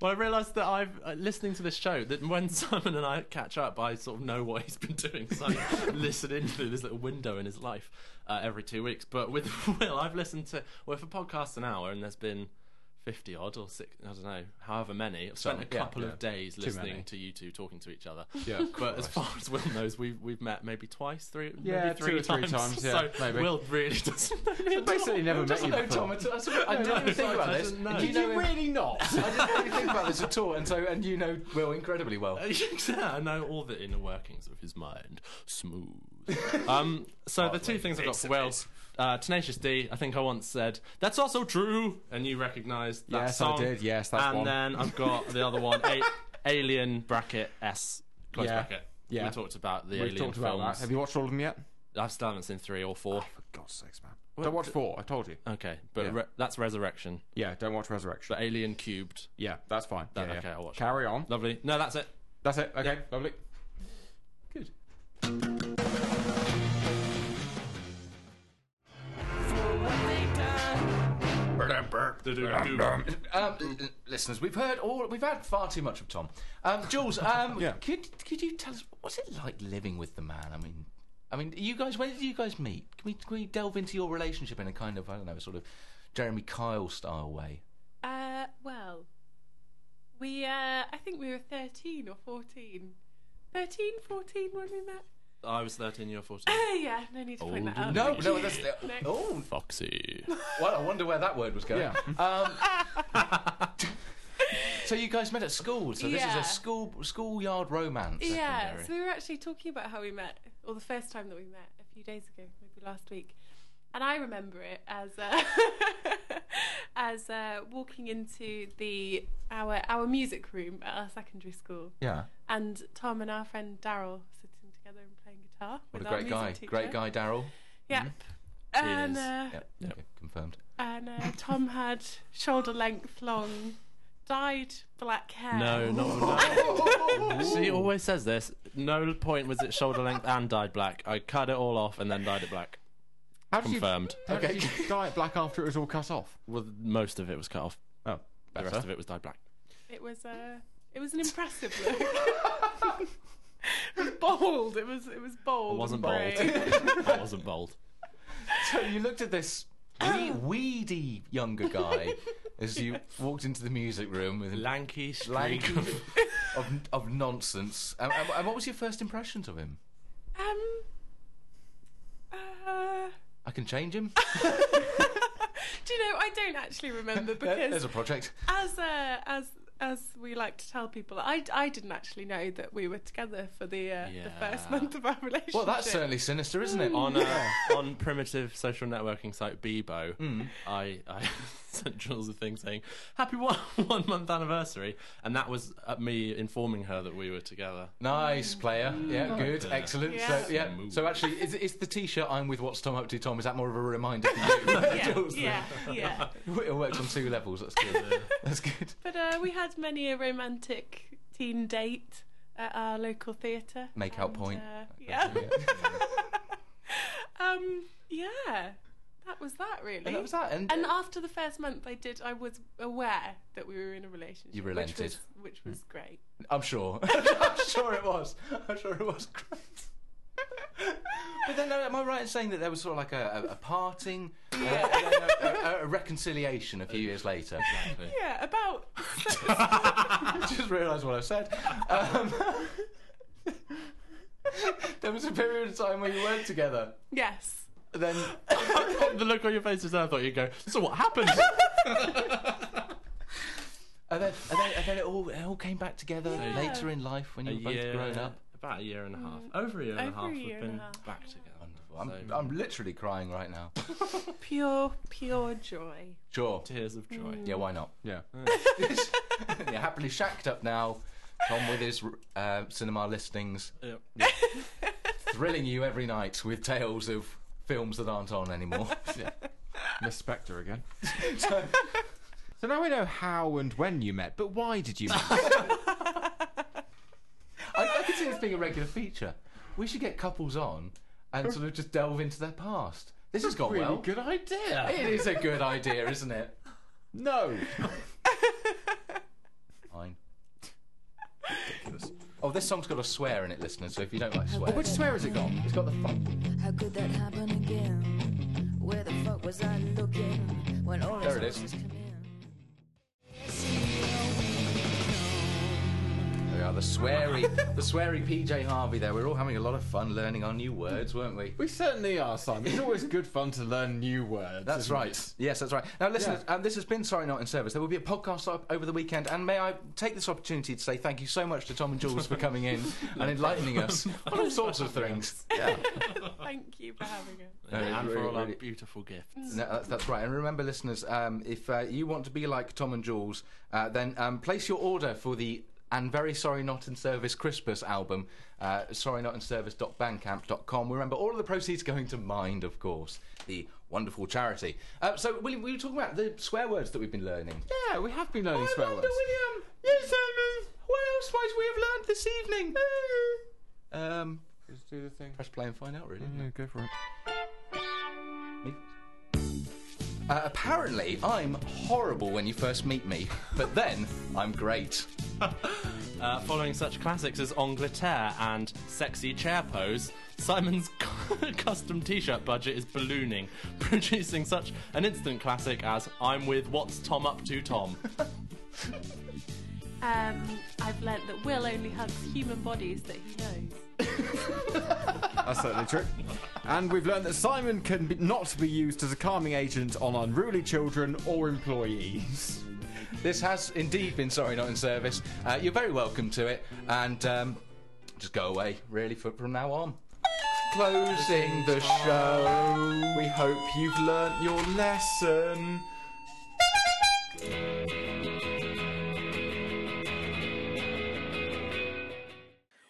Well, I realised that I've uh, listening to this show that when Simon and I catch up, I sort of know what he's been doing. So I listen in through this little window in his life uh, every two weeks. But with Will, I've listened to well, if a podcast an hour, and there's been fifty odd or six, I don't know, however many. I've spent Some, a yeah, couple yeah. of days Too many. listening to you two talking to each other. Yeah, but as Christ. far as Will knows, we've we've met maybe twice, three, Yeah, maybe two three or three times. times, yeah, so maybe. Will really doesn't. know me at basically all. never met Doesn't you know before. Tom at all. That's what- I didn't even think about this. Doesn't know. And Did know you him- really not? I didn't really think about this at all, and so and you know Will incredibly well. yeah, I know all the inner workings of his mind. Smooth. Um, so the two things I got for Will, uh, Tenacious D. I think I once said that's also true, and you recognised that Yes, I song. did. Yes, that's And one. then I've got the other one, a- Alien bracket S close Yeah. bracket. Yeah. we talked about the We've Alien talked about films. that. Have you watched all of them yet? I still haven't seen three or four. For God's sakes, man! Don't watch four. I told you. Okay, but Yeah. re- that's Resurrection. Yeah, don't watch Resurrection. But Alien Cubed. Yeah, that's fine. That- yeah, yeah. okay, I'll watch Carry on. Lovely. No, that's it. That's it. Okay, lovely. Um, listeners, we've heard all. We've had far too much of Tom. Um, Jules, um, could could you tell us what's it like living with the man? I mean, I mean, you guys. When did you guys meet? Can we can we delve into your relationship in a kind of I don't know, sort of Jeremy Kyle style way? Uh, well, we, uh, I think we were 13 or 14. 13, 14 when we met? I was 13, you were 14. Uh, yeah, no need to point Old that and out. Oh, No, no, that's the, No. oh. Foxy. Well, I wonder where that word was going. Yeah. Um, so you guys met at school. So this Yeah. is a school schoolyard romance. Yeah, Secondary. so we were actually talking about how we met, or the first time that we met a few days ago, maybe last week. And I remember it as uh, as uh, walking into the our our music room at our secondary school. Yeah. And Tom and our friend Daryl sitting together and playing guitar. What a with our great music guy. teacher. Great guy, Daryl. Yep. And Cheers. uh, Yep, okay, confirmed. and uh, Tom had shoulder length long, dyed black hair. No, not no. she always says this. No point was it shoulder length and dyed black. I cut it all off and then dyed it black. How did Confirmed. You, how did you dye it black after it was all cut off? Well, most of it was cut off. Oh, The better. rest of it was dyed black. It was uh, it was an impressive look. It was bold. It was it was bold. I wasn't bold. and I wasn't bold. So you looked at this wee- weedy younger guy as you walked into the music room with a lanky streak of, of, of nonsense. And, and- and what was your first impressions of him? Um. Uh, I can change him. do you know? I don't actually remember because There's a project. as uh, as as we like to tell people, I, I didn't actually know that we were together for the uh, the first month of our relationship. Well, that's certainly sinister, isn't it? On uh, on primitive social networking site Bebo, Hmm. I, I sent Jules a thing saying "Happy one, one month anniversary," and that was uh, me informing her that we were together. Nice player. Yeah, Mm. good, Yeah. excellent. Yeah. So yeah. So actually, it's, it's the T-shirt I'm with. What's Tom up to? Tom is that more of a reminder for you? Jules, then? yeah, yeah. It works on two levels. That's good. That's good. But uh, we had many a romantic teen date at our local theatre. Make out point. Uh, yeah. um. Yeah. That was that really. And that was that, and- after the first month, I did. I was aware that we were in a relationship. You relented. Hmm. which was, which was great. I'm sure. I'm sure it was. I'm sure it was great. But then, uh, am I right in saying that there was sort of like a, a, a parting, uh, then a, a, a reconciliation a few years later? Exactly. Yeah. About. Just realised what I said. Um, there was a period of time where you weren't together. Yes. Then the look on your face is there. I thought you'd go. So what happened? And then, and then, and then it all it all came back together Yeah. later in life when you A were both year- grown up. About a year and a half. Over a year and a Mm. Over a half. year We've and a been half. back together. I'm, I'm literally crying right now. Pure, pure joy. Sure. Tears of joy. Mm. Yeah, why not? Yeah. You're happily shacked up now. Tom with his uh, cinema listings, Yep. thrilling you every night with tales of films that aren't on anymore. Miss Spectre again. so, so now we know how and when you met, but why did you meet? I, I could see this being a regular feature. We should get couples on and sort of just delve into their past. This has gone Really well. good idea. It is a good idea, isn't it? No. Fine. Oh, this song's got a swear in it, listeners. So if you don't like swear, Oh, which swear has it got? It's got the fuck. How could that happen again? Where the fuck was I looking when all There it his is. answers come in? There we are, the sweary, the sweary PJ Harvey. There, we're all having a lot of fun learning our new words, weren't we? We certainly are, Simon. It's always good fun to learn new words. That's isn't right. it? Yes, that's right. Now, listeners, um, this has been Sorry Not in Service. There will be a podcast up over the weekend, and may I take this opportunity to say thank you so much to Tom and Jules for coming in and enlightening us on all sorts of things. Yeah. Thank you for having us. No, and really, for all our really- beautiful gifts. No, that's, that's right. And remember, listeners, um, if uh, you want to be like Tom and Jules, uh, then um, place your order for the and very sorry not in service Christmas album, uh, sorry not in service.bandcamp.com. Remember, all of the proceeds going to Mind, of course, the wonderful charity. Uh, so, William, we were talking about the swear words that we've been learning. Yeah, we have been learning swear words. William. Yes, Simon. What else might we have learned this evening? Eh. um, Just do the thing. press play and find out, really. Yeah, go for it. Uh, apparently, I'm horrible when you first meet me, but then I'm great. Uh, following such classics as Angleterre and Sexy Chair Pose, Simon's custom t shirt budget is ballooning, producing such an instant classic as I'm with What's Tom Up to Tom. Um, I've learnt that Will only hugs human bodies that he knows. That's certainly true. And we've learned that Simon can be, not be used as a calming agent on unruly children or employees. This has indeed been Sorry Not in Service. Uh, you're very welcome to it, and um, just go away, really, for, from now on. Closing the show. We hope you've learnt your lesson.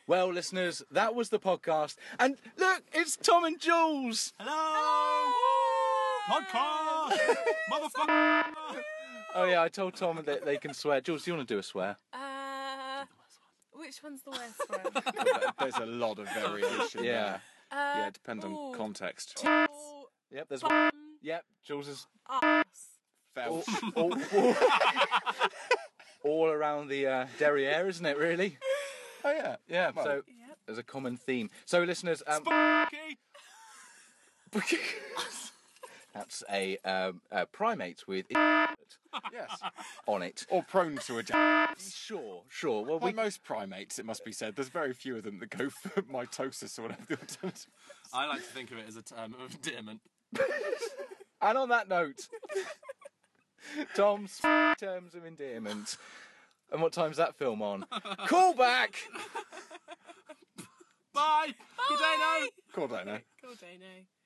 Well, listeners, that was the podcast. And look, it's Tom and Jules. Hello! Podcast! Motherfucker! oh, yeah, I told Tom that they can swear. Jules, do you want to do a swear? Uh, which one's the worst one? There's a lot of variation. Yeah. Uh, Yeah, depend on ooh, context. ooh, Yep, there's one. bum, Yep, Jules is ass. Fell. all, all- all around the uh, derriere, isn't it, really? Oh yeah, yeah. Well, so there's a common theme. So listeners, um, that's a, um, a primate with yes. on it. Or prone to a Sure, sure. Well, we... most primates, it must be said, there's very few of them that go for mitosis or whatever the alternative. I like to think of it as a term of endearment. And on that note, Tom's terms of endearment. And what time's that film on? Call back. Bye. Bye. Cordano. Cool, Dano.